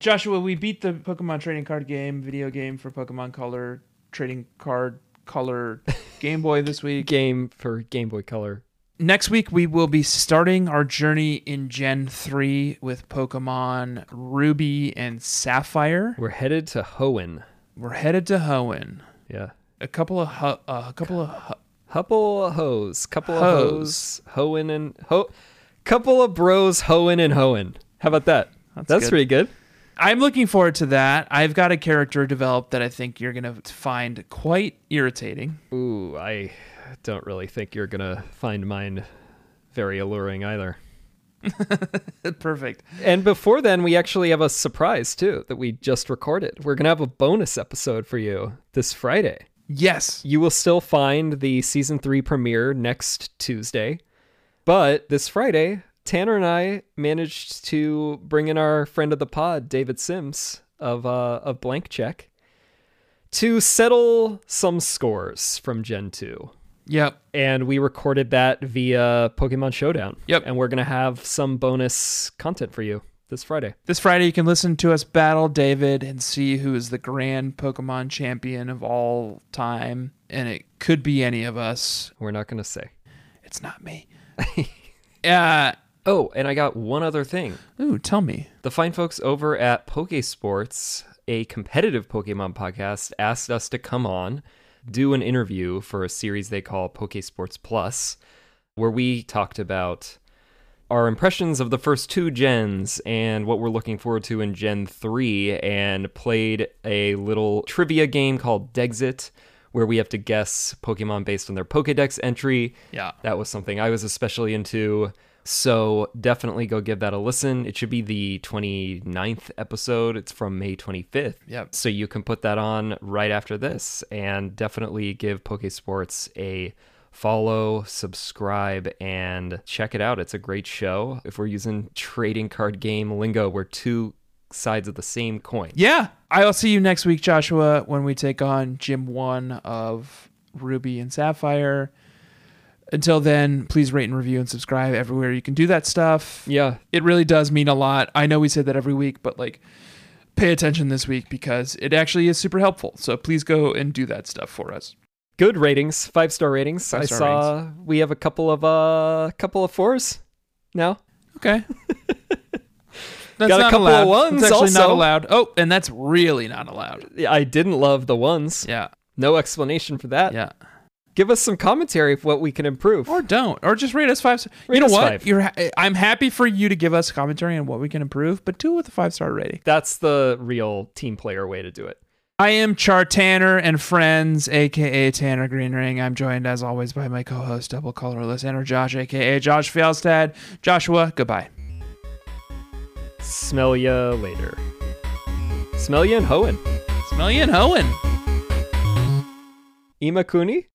Joshua, we beat the Pokemon trading card game, video game for Pokemon Color, trading card color Game Boy this week.
Game for Game Boy Color.
Next week, we will be starting our journey in Gen 3 with Pokemon Ruby and Sapphire.
We're headed to Hoenn.
We're headed to Hoenn.
Yeah.
A couple of, hu- uh, a couple of, hu-
Couple of hoes. Couple of hoes. Hoenn and ho. Couple of bros. Hoenn and Hoenn. How about that? That's,
good.
pretty good.
I'm looking forward to that. I've got a character developed that I think you're going to find quite irritating. [LAUGHS]
Ooh, I don't really think you're going to find mine very alluring either.
Perfect.
And before then, we actually have a surprise too that we just recorded. We're going to have a bonus episode for you this Friday.
Yes.
You will still find the season three premiere next Tuesday. But this Friday, Tanner and I managed to bring in our friend of the pod, David Sims of, uh, of Blank Check, to settle some scores from Gen 2
Yep.
and we recorded that via Pokemon Showdown.
Yep.
And we're gonna have some bonus content for you this Friday.
This Friday, you can listen to us battle David and see who is the grand Pokemon champion of all time. And it could be any of us.
We're not gonna say.
It's not me. uh,
Oh, and I got one other thing.
ooh, tell me.
The fine folks over at Pokesports, a competitive Pokemon podcast, asked us to come on, do an interview for a series they call Pokesports Plus, where we talked about our impressions of the first two gens and what we're looking forward to in Gen 3, and played a little trivia game called Dexit, where we have to guess Pokemon based on their Pokedex entry.
Yeah.
That was something I was especially into. So definitely go give that a listen. It should be the 29th episode. It's from May 25th.
Yep.
So you can put that on right after this and definitely give Pokesports a follow, subscribe, and check it out. It's a great show. If we're using trading card game lingo, we're two sides of the same coin.
Yeah. I'll see you next week, Joshua, when we take on Gym 1 of Ruby and Sapphire. Until then, please rate and review and subscribe everywhere you can do that stuff.
Yeah.
It really does mean a lot. I know we say that every week, but like pay attention this week because it actually is super helpful. So please go and do that stuff for us.
Good ratings, five star ratings. I
Five-star
saw we have a couple of uh couple of fours now. [LAUGHS]
Okay. That's
Got a
not
couple of
allowed.
ones
That's actually not
also.
allowed. Oh, and that's really not allowed.
Yeah, I didn't love the ones.
Yeah.
No explanation for that.
Yeah.
Give us some commentary of what we can improve.
Or don't. Or just rate us five. s-
Rate
you know
us
what?
five.
You're. Ha- I'm happy for you to give us commentary on what we can improve, but do it with a five star rating.
That's the real team player way to do it.
I am Char Tanner and friends, aka Tanner Greenring. I'm joined as always by my co-host, Double Colorless Tanner Josh, aka Josh Fjellstad. Joshua, goodbye.
Smell ya later. Smell ya and Hoenn.
Smell you and Hoenn.
Imakuni?